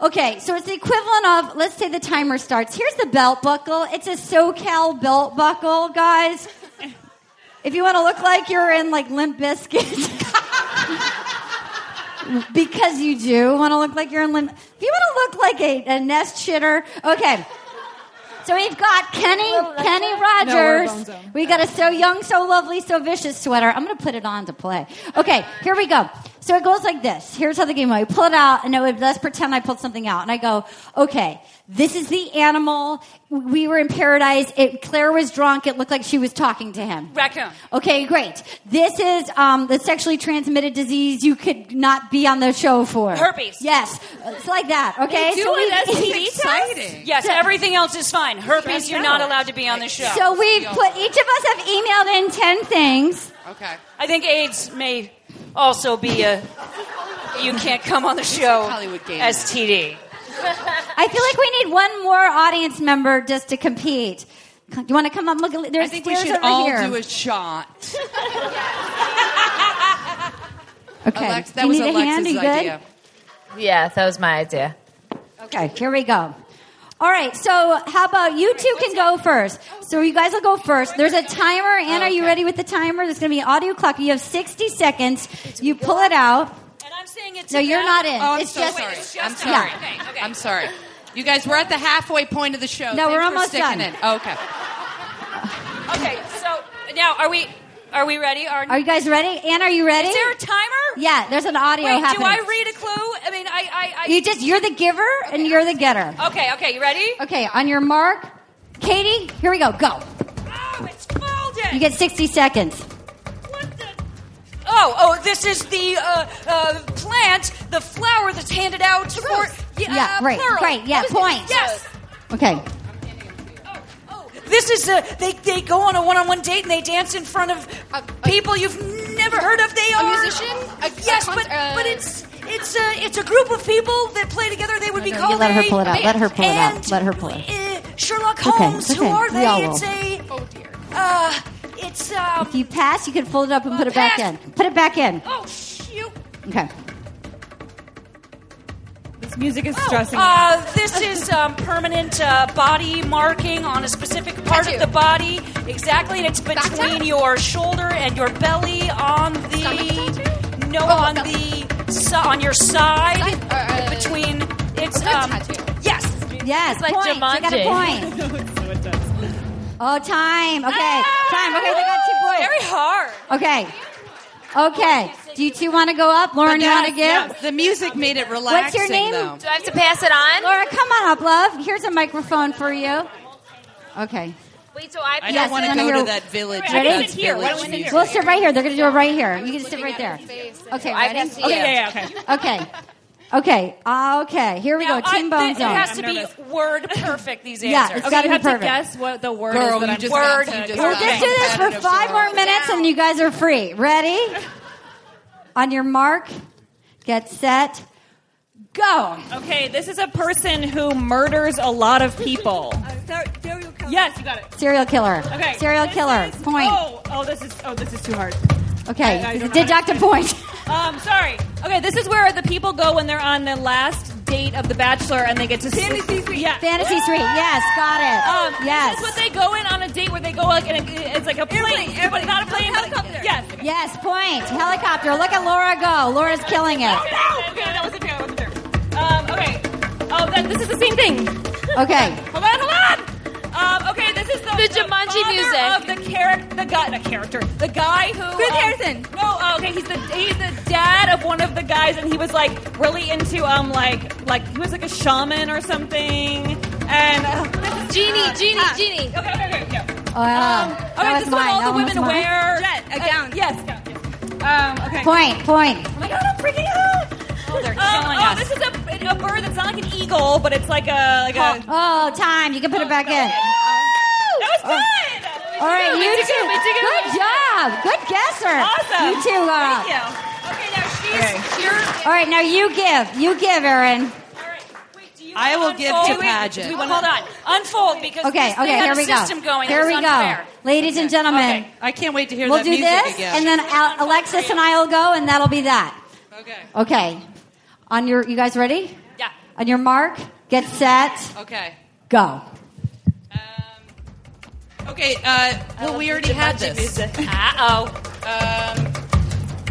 Speaker 3: Okay, so it's the equivalent of let's say the timer starts. Here's the belt buckle. It's a SoCal belt buckle, guys. If you want to look like you're in like Limp Biscuit, because you do want to look like you're in Limp. If you want to look like a, a nest shitter, okay. So we've got Kenny Kenny
Speaker 8: No, we're
Speaker 3: Rogers.
Speaker 8: Bone Zone.
Speaker 3: we got a so young, so lovely, so vicious sweater. I'm gonna put it on to play. Okay, here we go. So it goes like this. Here's how the game went. I pull it out, and it would, let's pretend I pulled something out, and I go, okay, this is the animal. We were in paradise. It, Claire was drunk. It looked like she was talking to him.
Speaker 5: Raccoon.
Speaker 3: Okay, great. This is um, the sexually transmitted disease you could not be on the show for.
Speaker 5: Herpes.
Speaker 3: Yes, it's like that. Okay,
Speaker 5: They do an STD test? Yes, everything else is fine. Herpes, you're not allowed to be on the show.
Speaker 3: So we've put each of us have emailed in ten things.
Speaker 5: Okay. I think AIDS may also be a. You can't come on the show. Hollywood game. STD.
Speaker 3: I feel like we need one more audience member just to compete. Do you want to come up? Look,
Speaker 4: I
Speaker 3: there's
Speaker 4: think we
Speaker 3: stairs
Speaker 4: should
Speaker 3: over
Speaker 4: all
Speaker 3: here.
Speaker 4: do a shot.
Speaker 3: Okay.
Speaker 4: Alex-
Speaker 3: Do you need a hand? Are you good?
Speaker 9: Yeah, that was my idea.
Speaker 3: Okay, here we go. All right, so how about you two can go first? So you guys will go first. There's a timer. Anna, are you ready with the timer? There's going to be an audio clock. You have 60 seconds. You pull it out.
Speaker 5: And I'm saying it's.
Speaker 3: No, you're not in.
Speaker 4: Oh, I'm
Speaker 3: It's
Speaker 4: so
Speaker 3: just-
Speaker 4: sorry.
Speaker 3: Wait, it's
Speaker 4: I'm
Speaker 3: just
Speaker 4: sorry.
Speaker 3: us.
Speaker 5: Okay, okay.
Speaker 4: I'm sorry. You guys, we're at the halfway point of the show.
Speaker 3: No,
Speaker 4: Thanks
Speaker 3: we're
Speaker 4: for
Speaker 3: almost
Speaker 4: sticking
Speaker 3: done.
Speaker 4: In. Okay.
Speaker 5: Okay, so now are we are we ready? Are,
Speaker 3: Are you guys ready? Anna, are you ready?
Speaker 5: Is there a timer?
Speaker 3: Yeah, there's an audio
Speaker 5: Wait,
Speaker 3: happening.
Speaker 5: do I read a clue? I mean, I. I, I
Speaker 3: you just you're the giver and you're the getter.
Speaker 5: Okay, okay, you ready?
Speaker 3: Okay, on your mark, Katie. Here we go. Go. You get 60 seconds.
Speaker 5: Oh, oh, this is the uh, uh, plant, the flower that's handed out to for.
Speaker 3: Yeah,
Speaker 5: uh,
Speaker 3: right,
Speaker 5: plural.
Speaker 3: right, yeah,
Speaker 5: What is-
Speaker 3: point.
Speaker 5: Yes.
Speaker 3: Okay.
Speaker 5: This is uh, they they go on a one on one date and they dance in front of uh, people you've never heard of. They
Speaker 14: a
Speaker 5: are
Speaker 14: musician? A-
Speaker 5: yes,
Speaker 14: a con-
Speaker 5: but
Speaker 14: uh,
Speaker 5: but it's it's a it's a group of people that play together. They would be
Speaker 3: You
Speaker 5: called
Speaker 3: let her
Speaker 5: a-
Speaker 3: pull it out. Let her pull it
Speaker 5: and,
Speaker 3: out. Let her pull it.
Speaker 5: uh, Sherlock
Speaker 3: Okay,
Speaker 5: Holmes. Who
Speaker 3: okay,
Speaker 5: are
Speaker 3: we
Speaker 5: they?
Speaker 3: all
Speaker 5: it's
Speaker 3: will.
Speaker 5: a oh dear. Uh, it's um.
Speaker 3: If you pass, you can fold it up and put it back in. Put it back in.
Speaker 5: Oh shoot.
Speaker 3: Okay.
Speaker 14: This music is
Speaker 5: Oh, uh, this is um, permanent uh, body marking on a specific part of the body. Exactly, and it's between your shoulder and your belly on the no
Speaker 14: Oh,
Speaker 5: on the si- on your side
Speaker 14: uh,
Speaker 5: between it's um, yes
Speaker 3: Yes.
Speaker 5: It's like
Speaker 3: points. You got
Speaker 5: Jumanji. Ah!
Speaker 3: a point. Oh, time. Okay. Time. Okay, they got two points.
Speaker 5: Very hard.
Speaker 3: Okay. Okay. Do you two want to go up? Lauren, you
Speaker 4: Yes,
Speaker 3: want to give?
Speaker 4: yes. The music made it relaxing.
Speaker 3: What's your name?
Speaker 4: Though.
Speaker 3: I have to pass it on? Laura, come on up, love. Here's a microphone for you. Okay.
Speaker 9: Wait, so I.
Speaker 4: I
Speaker 3: Yes,
Speaker 4: don't want
Speaker 3: you
Speaker 4: to
Speaker 3: wanna
Speaker 4: go
Speaker 3: hear-
Speaker 4: to that village.
Speaker 3: Ready?
Speaker 4: That's village music.
Speaker 3: We'll sit right here. They're going to do it right here. You can sit right there. Okay,
Speaker 5: I
Speaker 3: ready?
Speaker 5: can see
Speaker 3: okay.
Speaker 5: it. Yeah, yeah,
Speaker 3: Okay. Okay. Okay. Here we
Speaker 5: Now,
Speaker 3: go. Team
Speaker 5: I-
Speaker 3: Bone
Speaker 5: it
Speaker 3: Zone.
Speaker 5: has to be word perfect. These
Speaker 3: Yeah,
Speaker 5: answers.
Speaker 3: it's Okay, gotta you be have to perfect.
Speaker 10: guess what the word
Speaker 5: Girl,
Speaker 10: is that
Speaker 5: you
Speaker 10: I'm
Speaker 5: just
Speaker 10: word.
Speaker 5: got to-
Speaker 3: We'll just do this for five more minutes and you guys are free. Ready? On your mark, get set. Go.
Speaker 10: Okay, this is a person who murders a lot of people. Yes, you got it.
Speaker 3: Serial killer.
Speaker 10: Okay.
Speaker 3: Serial
Speaker 10: This
Speaker 3: killer.
Speaker 10: is-
Speaker 3: Point.
Speaker 10: Oh, oh, this is oh, this is too hard.
Speaker 3: Okay.
Speaker 10: I- I don't know how
Speaker 3: Deduct a point.
Speaker 10: Um, sorry. Okay, this is where the people go when they're on the last date of The Bachelor and they get to fantasy suite. Yeah,
Speaker 3: Fantasy suite. Yes, got it.
Speaker 10: Um,
Speaker 3: Yes.
Speaker 10: this is what they go in on a date where they go like in a, it's like a plane, but not a plane, helicopter. But, yes.
Speaker 3: Yes, point. Helicopter. Look at Laura go. Laura's killing it.
Speaker 10: No, okay, that wasn't fair. That wasn't fair. Um, okay. Oh, that, this is the same thing.
Speaker 3: Okay.
Speaker 10: Hold on, hold on. Um, okay, this is the,
Speaker 9: The Jumanji
Speaker 10: father
Speaker 9: music.
Speaker 10: of the character, the guy, the character, the guy who
Speaker 14: Chris
Speaker 10: um,
Speaker 14: Harrison.
Speaker 10: No, oh, okay, he's the he's the dad of one of the guys, and he was like really into um like like he was like a shaman or something. And uh,
Speaker 9: Genie, genie,
Speaker 10: genie. Okay, okay, okay. Yeah.
Speaker 3: Oh, yeah.
Speaker 10: Okay,
Speaker 3: that
Speaker 10: this
Speaker 3: was
Speaker 10: is
Speaker 3: mine. That
Speaker 10: what Um, all the
Speaker 3: one
Speaker 10: women
Speaker 3: was mine.
Speaker 10: wear. Jet, a gown. yes. gown, yes. Um, okay.
Speaker 3: Point, point.
Speaker 10: Oh my god, I'm freaking out. Oh,
Speaker 5: they're
Speaker 10: killing us. This is a, a bird that's not like an eagle, but it's like a like a.
Speaker 3: Oh, time. You can put it back in.
Speaker 10: That was
Speaker 3: Oh.
Speaker 10: good.
Speaker 3: All right,
Speaker 10: Way
Speaker 3: you
Speaker 10: to go,
Speaker 3: two.
Speaker 10: way to go.
Speaker 3: Good job. Good guesser.
Speaker 10: Awesome.
Speaker 3: You two, Laura.
Speaker 10: Thank you. Okay, now she's you're-
Speaker 3: All right, now you give. You give, Erin.
Speaker 5: I
Speaker 3: will give to Padgett.
Speaker 5: We, hold on. Unfold because
Speaker 3: Okay,
Speaker 5: this, they
Speaker 3: okay,
Speaker 5: have
Speaker 3: here
Speaker 5: a
Speaker 3: we go.
Speaker 5: system going.
Speaker 3: Here
Speaker 5: It's
Speaker 3: we go.
Speaker 5: unfair.
Speaker 3: Ladies and gentlemen,
Speaker 4: I can't wait to hear
Speaker 3: we'll
Speaker 4: that
Speaker 3: do
Speaker 4: music
Speaker 3: this,
Speaker 4: again.
Speaker 3: and then Al- Alexis and I will go, and that'll be that.
Speaker 4: Okay.
Speaker 3: Okay. On your, you guys ready?
Speaker 4: Yeah.
Speaker 3: On your mark, get set,
Speaker 4: Okay.
Speaker 3: go.
Speaker 4: Okay. Uh, well,
Speaker 5: Oh,
Speaker 4: we already had this. Uh oh. Um,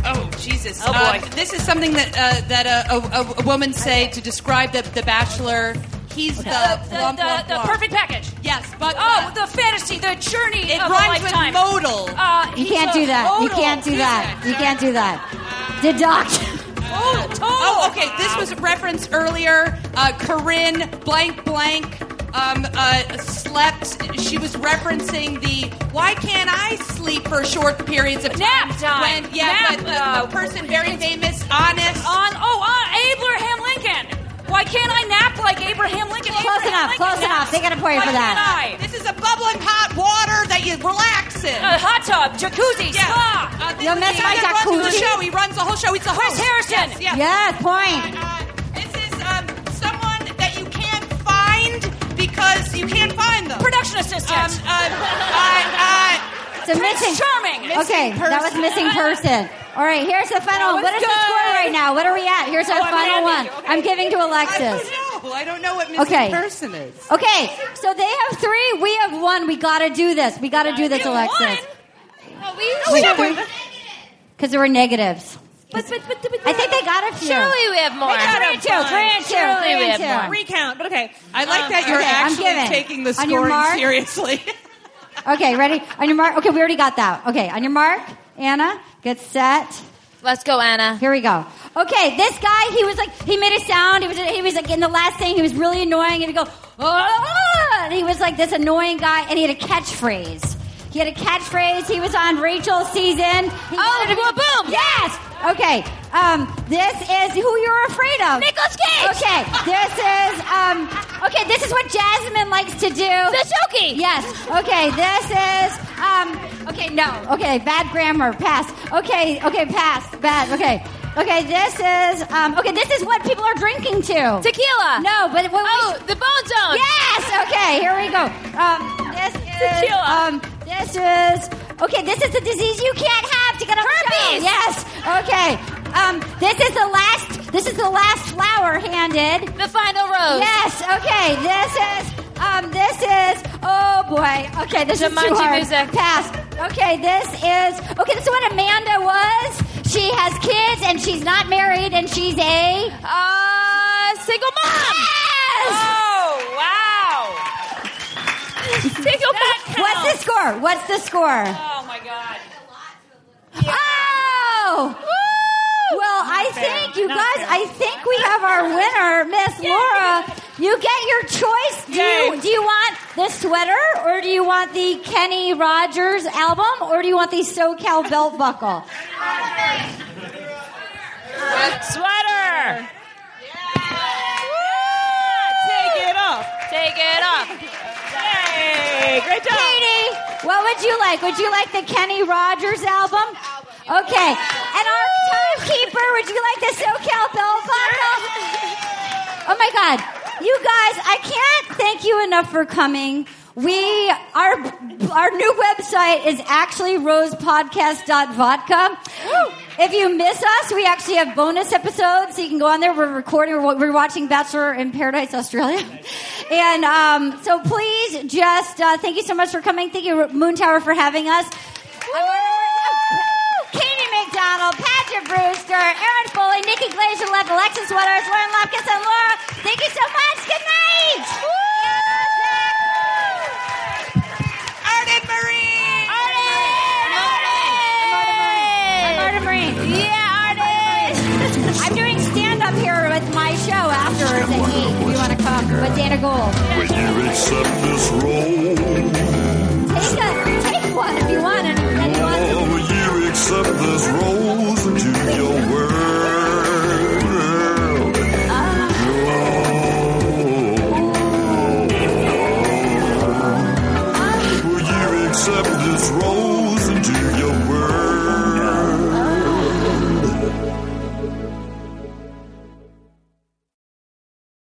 Speaker 4: oh Jesus.
Speaker 5: Oh, boy.
Speaker 4: Um, this is something that uh, that uh, a, a, a woman say to describe the the bachelor. He's the
Speaker 5: The,
Speaker 4: womp,
Speaker 5: the,
Speaker 4: womp,
Speaker 5: the
Speaker 4: womp.
Speaker 5: perfect package.
Speaker 4: Yes, but uh,
Speaker 5: oh, the fantasy, the journey
Speaker 4: It
Speaker 5: of
Speaker 4: rhymes
Speaker 5: a
Speaker 4: with
Speaker 5: lifetime.
Speaker 4: modal.
Speaker 5: Uh,
Speaker 3: You
Speaker 5: he's
Speaker 3: can't
Speaker 5: a
Speaker 3: do that. You
Speaker 5: modal.
Speaker 3: can't do
Speaker 5: He's
Speaker 3: that. You can't do that. Deduct.
Speaker 4: Oh, oh, okay. This was referenced earlier. Uh, Corinne blank blank um, uh, slept. She was referencing the why can't I sleep for short periods of time?
Speaker 5: Nap time.
Speaker 4: When, yeah,
Speaker 5: Nap,
Speaker 4: but the, the person very famous, honest.
Speaker 5: On oh, uh, Abraham Lincoln. Why can't I nap like Abraham Lincoln?
Speaker 3: Close
Speaker 5: Abraham
Speaker 3: enough,
Speaker 5: Lincoln
Speaker 3: close enough.
Speaker 5: naps.
Speaker 3: They got a point
Speaker 5: Why
Speaker 3: for that.
Speaker 5: can't I?
Speaker 4: This is a bubbling hot water that you relax in.
Speaker 5: A hot tub, jacuzzi,
Speaker 4: Yeah. Uh,
Speaker 5: spa.
Speaker 4: this is the guy that runs the show. He runs the whole show. He's the
Speaker 5: Chris
Speaker 4: host.
Speaker 5: Harrison.
Speaker 4: Yes, yes.
Speaker 3: Yes, point.
Speaker 4: This is um, someone that you can't find because you can't find them.
Speaker 5: Production assistant.
Speaker 4: Um, uh, uh, uh,
Speaker 3: It's a
Speaker 5: Prince
Speaker 3: missing.
Speaker 5: Charming.
Speaker 3: Okay,
Speaker 5: Missing
Speaker 3: that was
Speaker 5: person.
Speaker 3: missing person. All right, here's the final.
Speaker 5: That was
Speaker 3: What is the
Speaker 5: good.
Speaker 3: score right now? What are we at? Here's
Speaker 4: Oh,
Speaker 3: our
Speaker 4: I'm
Speaker 3: final one.
Speaker 4: handing you. Okay.
Speaker 3: I'm giving to
Speaker 4: I
Speaker 3: Alexis.
Speaker 4: don't know. I don't know what missing
Speaker 3: Okay.
Speaker 4: person is.
Speaker 3: Okay, so they have three. We have one. We gotta do this. We gotta do this,
Speaker 10: You
Speaker 3: Alexis.
Speaker 10: won.
Speaker 3: Because there were negatives.
Speaker 10: But, but, but, but,
Speaker 3: I think they got a few.
Speaker 9: Surely we have more.
Speaker 3: They got
Speaker 9: Three
Speaker 3: a few.
Speaker 9: and two,
Speaker 3: Three and two.
Speaker 9: Surely
Speaker 3: Three
Speaker 9: we
Speaker 3: and two.
Speaker 9: have more.
Speaker 10: Recount, but okay.
Speaker 4: I like
Speaker 10: Um,
Speaker 4: that you're
Speaker 3: okay, I'm giving.
Speaker 4: actually taking the
Speaker 3: On your
Speaker 4: scoring
Speaker 3: mark.
Speaker 4: seriously.
Speaker 3: Okay, ready? On your mark. Okay, we already got that. Okay, on your mark, Anna, get set.
Speaker 9: Let's go, Anna.
Speaker 3: Here we go. Okay, this guy, he was like, he made a sound. He was, he was like in the last thing. He was really annoying, and he go, "Ah!" and he was like this annoying guy, and he had a catchphrase. He had a catchphrase. He was on Rachel's season. oh, boom! Yes. Okay. Um, this is who you're afraid of.
Speaker 8: Nicolas Cage!
Speaker 3: Okay. This is um. Okay. This is what Jasmine likes to do.
Speaker 8: Shoki.
Speaker 3: Yes. Okay. This is um. Okay. No. Okay. Bad grammar. Pass. Okay. Okay. Pass. Bad. Okay. Okay. This is um. Okay. This is what people are drinking to.
Speaker 9: Tequila.
Speaker 3: No, but what
Speaker 9: Oh,
Speaker 3: we,
Speaker 9: the bone zone.
Speaker 3: yes. Okay. Here we go. Um. This is
Speaker 9: Tequila.
Speaker 3: um. This is okay. This is the disease you can't have to get on herpes. Yes. Okay. Um. This is the last. This is the last flower handed.
Speaker 9: The final rose.
Speaker 3: Yes. Okay. This is. Um. This is. Oh boy. Okay. This is too
Speaker 9: Jumanji
Speaker 3: hard.
Speaker 9: music.
Speaker 3: Pass. Okay. This is. Okay. This is what Amanda was. She has kids and she's not married and she's a.
Speaker 9: Uh, single mom.
Speaker 3: Yes!
Speaker 5: Oh wow!
Speaker 9: Single mom.
Speaker 3: What's the score? What's the score?
Speaker 5: Oh my god!
Speaker 3: Oh. Well, I think you guys. I think we have our winner, Miss Laura. You get your choice. Do you, do you want the sweater, or do you want the Kenny Rogers album, or do you want the SoCal belt buckle?
Speaker 5: Um,
Speaker 9: Sweater.
Speaker 10: Take it off.
Speaker 9: Take it off.
Speaker 10: Hey, great job.
Speaker 3: Katie, what would you like? Would you like the Kenny Rogers album? Okay. And our timekeeper, would you like the SoCal Bell Buckle? Oh my God. You guys, I can't thank you enough for coming. We our our new website is actually rosepodcast.vodka. If you miss us, we actually have bonus episodes, so you can go on there. We're recording. We're, we're watching Bachelor in Paradise, Australia, and um, so please just uh, thank you so much for coming. Thank you, Moon Tower, for having us. I'm gonna- Katie McDonald, Patrick Brewster, Aaron Foley, Nikki Glazer, Left, Alexis Waters, Lauren Lopkins, and Laura. Thank you so much. Good night.
Speaker 4: Arden Marie.
Speaker 3: Arden Marie. Yeah, Arden. I'm doing stand up here with my show afterwards at 8 if you want to come with Dana Gold.
Speaker 2: Would you accept this role?
Speaker 3: Take, a, take one if you want and, and you want
Speaker 2: Oh, will you accept this rose into your world? accept this role.